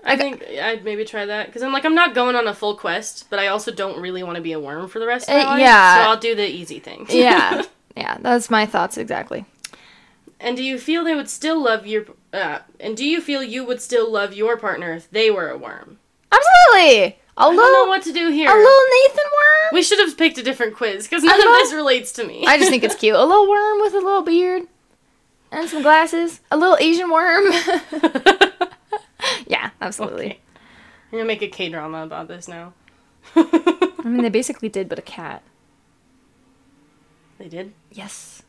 [SPEAKER 2] I think I'd maybe try that because I'm like I'm not going on a full quest, but I also don't really want to be a worm for the rest of my
[SPEAKER 1] Uh,
[SPEAKER 2] life.
[SPEAKER 1] yeah.
[SPEAKER 2] so I'll do the easy thing.
[SPEAKER 1] Yeah, yeah, that's my thoughts exactly.
[SPEAKER 2] and do you feel they would still love your? Uh, and do you feel you would still love your partner if they were a worm?
[SPEAKER 1] Absolutely, a
[SPEAKER 2] I don't know
[SPEAKER 1] little
[SPEAKER 2] what to do here.
[SPEAKER 1] a little Nathan worm.
[SPEAKER 2] we should have picked a different quiz because none of
[SPEAKER 1] love-
[SPEAKER 2] this relates to me.
[SPEAKER 1] I just think it's cute. A little worm with a little beard and some glasses. A little Asian worm. yeah, absolutely.
[SPEAKER 2] Okay. I'm gonna make a K drama about this now.
[SPEAKER 1] I mean, they basically did, but a cat.
[SPEAKER 2] they did.
[SPEAKER 1] Yes.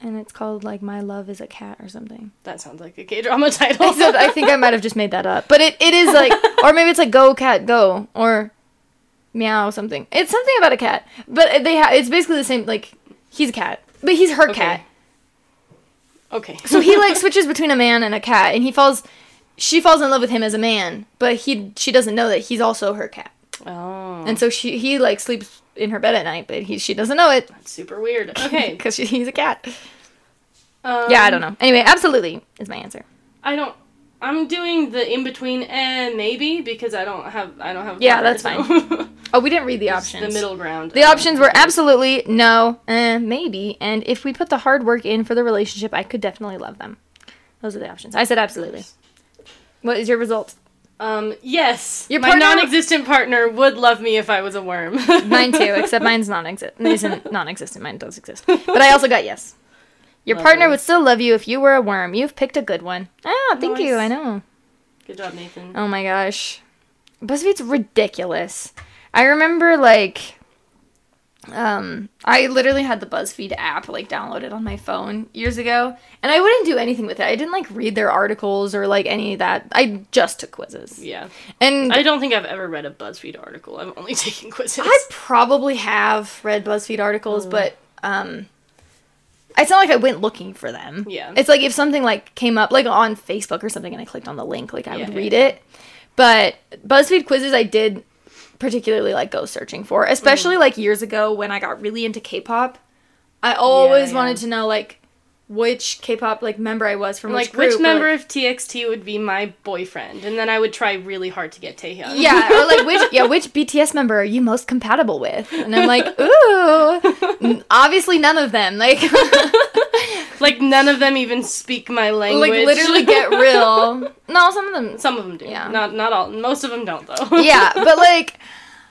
[SPEAKER 1] And it's called like "My Love Is a Cat" or something.
[SPEAKER 2] That sounds like a K drama title.
[SPEAKER 1] I, said, I think I might have just made that up, but it, it is like, or maybe it's like "Go Cat Go" or "Meow" something. It's something about a cat, but they ha- it's basically the same. Like he's a cat, but he's her
[SPEAKER 2] Okay.
[SPEAKER 1] cat.
[SPEAKER 2] okay.
[SPEAKER 1] So he like switches between a man and a cat, and he falls. She falls in love with him as a man, but he she doesn't know that he's also her cat,
[SPEAKER 2] oh,
[SPEAKER 1] and so she he like sleeps in her bed at night, but he she doesn't know it
[SPEAKER 2] that's super weird. Okay.
[SPEAKER 1] because he's a cat.
[SPEAKER 2] Um,
[SPEAKER 1] yeah, I don't know. Anyway, absolutely is my answer.
[SPEAKER 2] I don't. I'm doing the in between and maybe because I don't have. I don't have. a
[SPEAKER 1] Yeah, that's
[SPEAKER 2] partner, so-
[SPEAKER 1] Oh, we didn't read the
[SPEAKER 2] It's
[SPEAKER 1] options.
[SPEAKER 2] the middle ground.
[SPEAKER 1] The options were absolutely no, eh, maybe, and if we put the hard work in for the relationship, I could definitely love them. Those are the options. I said absolutely. What is your result?
[SPEAKER 2] Um. Yes.
[SPEAKER 1] Your
[SPEAKER 2] my
[SPEAKER 1] partner-
[SPEAKER 2] non-existent partner would love me if I was a worm.
[SPEAKER 1] Mine too, except mine's non-existent. Isn't non-existent. Mine does exist. But I also got yes. Your partner
[SPEAKER 2] Lovely.
[SPEAKER 1] would still love you if you were a worm. You've picked a good one. Oh, thank you.
[SPEAKER 2] Nice.
[SPEAKER 1] I know.
[SPEAKER 2] Good job, Nathan.
[SPEAKER 1] Oh my gosh. BuzzFeed's ridiculous. I remember like um I literally had the BuzzFeed app like downloaded on my phone years ago and I wouldn't do anything with it. I didn't like read their articles or like any of that. I just took quizzes.
[SPEAKER 2] Yeah.
[SPEAKER 1] And
[SPEAKER 2] I don't think I've ever read a BuzzFeed article. I've only taken quizzes.
[SPEAKER 1] I probably have read BuzzFeed articles,
[SPEAKER 2] Hmm.
[SPEAKER 1] but um it's not like I went looking for them.
[SPEAKER 2] Yeah.
[SPEAKER 1] It's like if something like came up like on Facebook or something and I clicked on the link, like I
[SPEAKER 2] Yeah,
[SPEAKER 1] would
[SPEAKER 2] yeah,
[SPEAKER 1] read
[SPEAKER 2] yeah.
[SPEAKER 1] it. But BuzzFeed quizzes I did particularly like go searching for, especially
[SPEAKER 2] Mm.
[SPEAKER 1] like years ago when I got really into K-pop. I always
[SPEAKER 2] yeah.
[SPEAKER 1] wanted to know like which K-pop like member I was from
[SPEAKER 2] Like,
[SPEAKER 1] which group.
[SPEAKER 2] which
[SPEAKER 1] or,
[SPEAKER 2] member
[SPEAKER 1] like-
[SPEAKER 2] of TXT would be my boyfriend? And then I would try really hard to get Taehyung.
[SPEAKER 1] yeah, or like which yeah which BTS member are you most compatible with? And I'm like, ooh, n- obviously none of them. Like
[SPEAKER 2] like, none of them even speak my language.
[SPEAKER 1] like literally get real. No, some of them
[SPEAKER 2] Some of them do.
[SPEAKER 1] Yeah.
[SPEAKER 2] Not, not all. Most of them don't, though.
[SPEAKER 1] yeah, but like,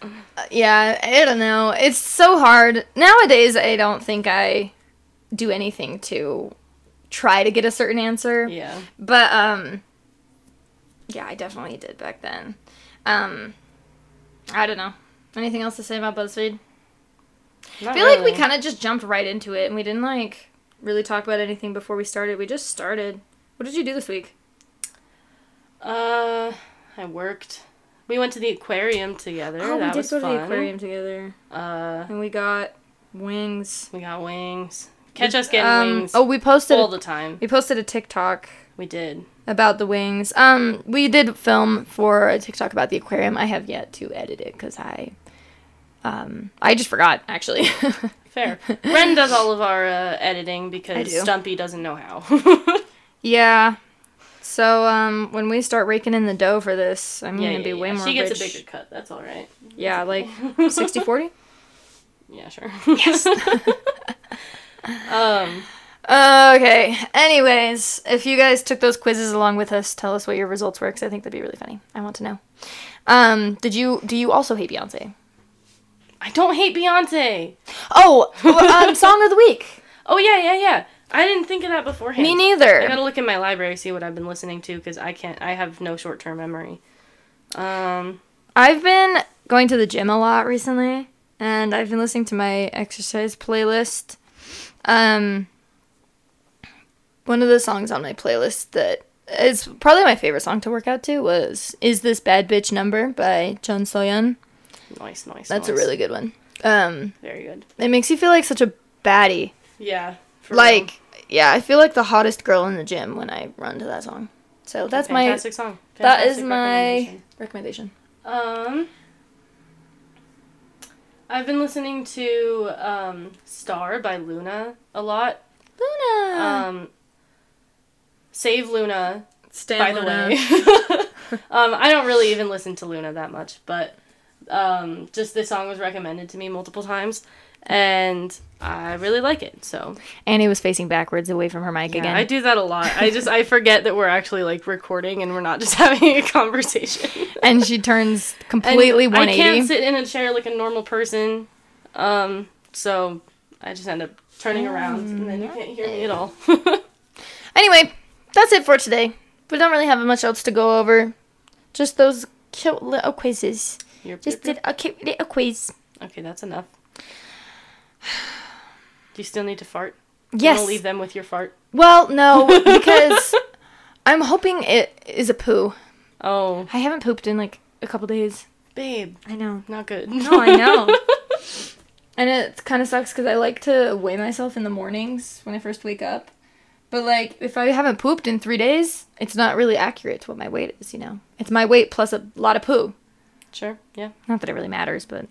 [SPEAKER 1] uh, yeah, I don't know. It's so hard nowadays. I don't think I do anything to try to get a certain answer.
[SPEAKER 2] yeah.
[SPEAKER 1] But um, yeah, I definitely did back then. Um, I don't know. Anything else to say about BuzzFeed? I
[SPEAKER 2] Not
[SPEAKER 1] feel like
[SPEAKER 2] really.
[SPEAKER 1] we kind of just jumped right into it, and we didn't like really talk about anything before we started. We just started. What did you do this week?
[SPEAKER 2] Uh, I worked. We went to the aquarium together.
[SPEAKER 1] Oh,
[SPEAKER 2] that
[SPEAKER 1] we did
[SPEAKER 2] was
[SPEAKER 1] go
[SPEAKER 2] fun.
[SPEAKER 1] to the aquarium together,
[SPEAKER 2] Uh,
[SPEAKER 1] and we got wings.
[SPEAKER 2] we got wings. Catch us getting
[SPEAKER 1] Um,
[SPEAKER 2] wings
[SPEAKER 1] Oh, we posted
[SPEAKER 2] all
[SPEAKER 1] a
[SPEAKER 2] the time.
[SPEAKER 1] We posted a TikTok
[SPEAKER 2] We did.
[SPEAKER 1] about the wings. Um, we did film for a TikTok about the aquarium. I have yet to edit it because I, um, I just forgot actually.
[SPEAKER 2] Fair. Ren does all of our uh, editing because
[SPEAKER 1] do.
[SPEAKER 2] Stumpy doesn't know how.
[SPEAKER 1] yeah. So um, when we start raking in the dough for this, I'm
[SPEAKER 2] yeah,
[SPEAKER 1] gonna
[SPEAKER 2] yeah,
[SPEAKER 1] be
[SPEAKER 2] yeah.
[SPEAKER 1] way more.
[SPEAKER 2] She gets a
[SPEAKER 1] rich.
[SPEAKER 2] bigger cut. That's all right.
[SPEAKER 1] Yeah, like 60-40?
[SPEAKER 2] Yeah, sure. Yes. um,
[SPEAKER 1] Uh, okay. Anyways, if you guys took those quizzes along with us, tell us what your results were because I think that'd be really funny. I want to know. Um, did you do you also hate Beyonce?
[SPEAKER 2] I don't hate Beyonce.
[SPEAKER 1] Oh, um, song of the week.
[SPEAKER 2] Oh yeah, yeah, yeah. I didn't think of that beforehand.
[SPEAKER 1] Me neither.
[SPEAKER 2] I gotta look in my library see what I've been listening to because I can't. I have no short term memory. Um,
[SPEAKER 1] I've been going to the gym a lot recently, and I've been listening to my exercise playlist. Um, one of the songs on my playlist that is probably my favorite song to work out to was "Is This Bad Bitch Number" by Chun Soyeon.
[SPEAKER 2] nice, nice.
[SPEAKER 1] That's
[SPEAKER 2] nice.
[SPEAKER 1] a really good one. Um,
[SPEAKER 2] very good.
[SPEAKER 1] it makes you feel like such a baddie.
[SPEAKER 2] Yeah. for real.
[SPEAKER 1] Like, yeah, I feel like the hottest girl in the gym when I run to that song. So that's my
[SPEAKER 2] fantastic song.
[SPEAKER 1] that is
[SPEAKER 2] Fantastic
[SPEAKER 1] my recommendation.
[SPEAKER 2] recommendation. Um, I've been listening to um, "Star" by Luna a lot.
[SPEAKER 1] Luna.
[SPEAKER 2] Um, "Save Luna"
[SPEAKER 1] Stan
[SPEAKER 2] by the way. um, I don't really even listen to Luna that much, but um, just this song was recommended to me multiple times, and I really like it. So
[SPEAKER 1] Annie was facing backwards away from her mic
[SPEAKER 2] yeah,
[SPEAKER 1] again.
[SPEAKER 2] I do that a lot. I just I forget that we're actually like recording and we're not just having a conversation.
[SPEAKER 1] and she turns
[SPEAKER 2] And
[SPEAKER 1] completely
[SPEAKER 2] I can't
[SPEAKER 1] 180.
[SPEAKER 2] sit in a chair like a normal person, um, so I just end up turning around, and then you can't hear me at all.
[SPEAKER 1] Anyway, that's it for today. We don't really have much else to go over. Just those cute little quizzes.
[SPEAKER 2] You're-
[SPEAKER 1] Just
[SPEAKER 2] you're-
[SPEAKER 1] did a cute little quiz.
[SPEAKER 2] Okay, that's enough. Do you still need to fart?
[SPEAKER 1] Yes.
[SPEAKER 2] I'm gonna leave them with your fart.
[SPEAKER 1] Well, no, because I'm hoping it is a poo.
[SPEAKER 2] Oh,
[SPEAKER 1] I haven't pooped in like a couple days.
[SPEAKER 2] babe,
[SPEAKER 1] I know.
[SPEAKER 2] not good.
[SPEAKER 1] No, I know. and it kind of sucks because I like to weigh myself in the mornings when I first wake up. But like, if I haven't pooped in three days, it's not really accurate to what my weight is. You know, it's my weight plus a lot of poo.
[SPEAKER 2] sure, yeah.
[SPEAKER 1] Not that it really matters, but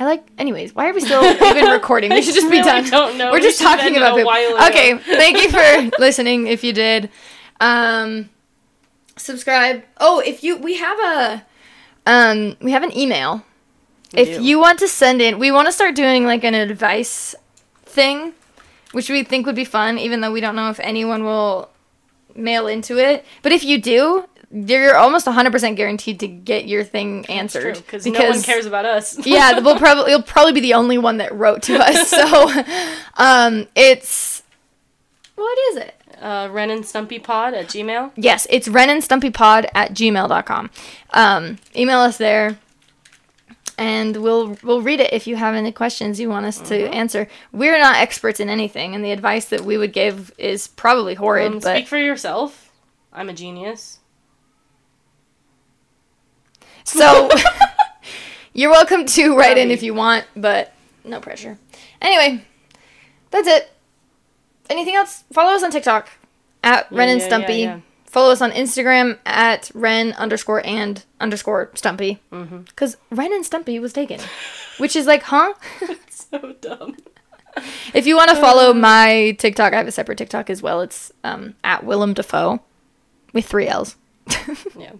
[SPEAKER 1] I like. Anyways, why are we still even recording? We should just be
[SPEAKER 2] really
[SPEAKER 1] done.
[SPEAKER 2] don't know.
[SPEAKER 1] We're
[SPEAKER 2] We
[SPEAKER 1] just
[SPEAKER 2] should have
[SPEAKER 1] talking
[SPEAKER 2] ended
[SPEAKER 1] about
[SPEAKER 2] a
[SPEAKER 1] poop.
[SPEAKER 2] while ago.
[SPEAKER 1] Okay, thank you for listening. If you did, um, subscribe. Oh, if you, we have a, um, we have an email.
[SPEAKER 2] We
[SPEAKER 1] if
[SPEAKER 2] do.
[SPEAKER 1] you want to send in, we want to start doing like an advice thing, which we think would be fun, even though we don't know if anyone will mail into it. But if you do, you're almost 100% guaranteed to get your thing answered
[SPEAKER 2] because no one cares about us.
[SPEAKER 1] yeah, the- we'll probably you'll probably be the only one that wrote to us. So, um, it's what is it?
[SPEAKER 2] Uh, Ren and Stumpy Pod at Gmail.
[SPEAKER 1] Yes, it's renandstumpypod at gmail.com. Um, email us there and we'll we'll read it if you have any questions you want us to answer. We're not experts in anything and the advice that we would give is probably horrid,
[SPEAKER 2] Um,
[SPEAKER 1] but
[SPEAKER 2] Speak for yourself. I'm a genius.
[SPEAKER 1] so you're welcome to write in
[SPEAKER 2] Sorry.
[SPEAKER 1] if you want, but no pressure. Anyway, that's it. Anything else? Follow us on TikTok at
[SPEAKER 2] Yeah,
[SPEAKER 1] Ren and
[SPEAKER 2] yeah, yeah,
[SPEAKER 1] Stumpy.
[SPEAKER 2] yeah.
[SPEAKER 1] Follow us on Instagram at Ren underscore and underscore Stumpy.
[SPEAKER 2] Mm-hmm.
[SPEAKER 1] Because Ren and Stumpy was taken. Which is like, huh?
[SPEAKER 2] so dumb.
[SPEAKER 1] If you
[SPEAKER 2] Uh.
[SPEAKER 1] want to follow my TikTok, I have a separate TikTok as well. It's um, at Willem Dafoe with three L's.
[SPEAKER 2] Yeah.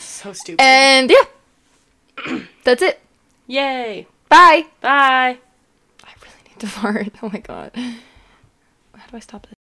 [SPEAKER 2] So stupid.
[SPEAKER 1] And yeah, that's it.
[SPEAKER 2] Yay.
[SPEAKER 1] Bye.
[SPEAKER 2] Bye.
[SPEAKER 1] I really need to fart. Oh my god. How do I stop this?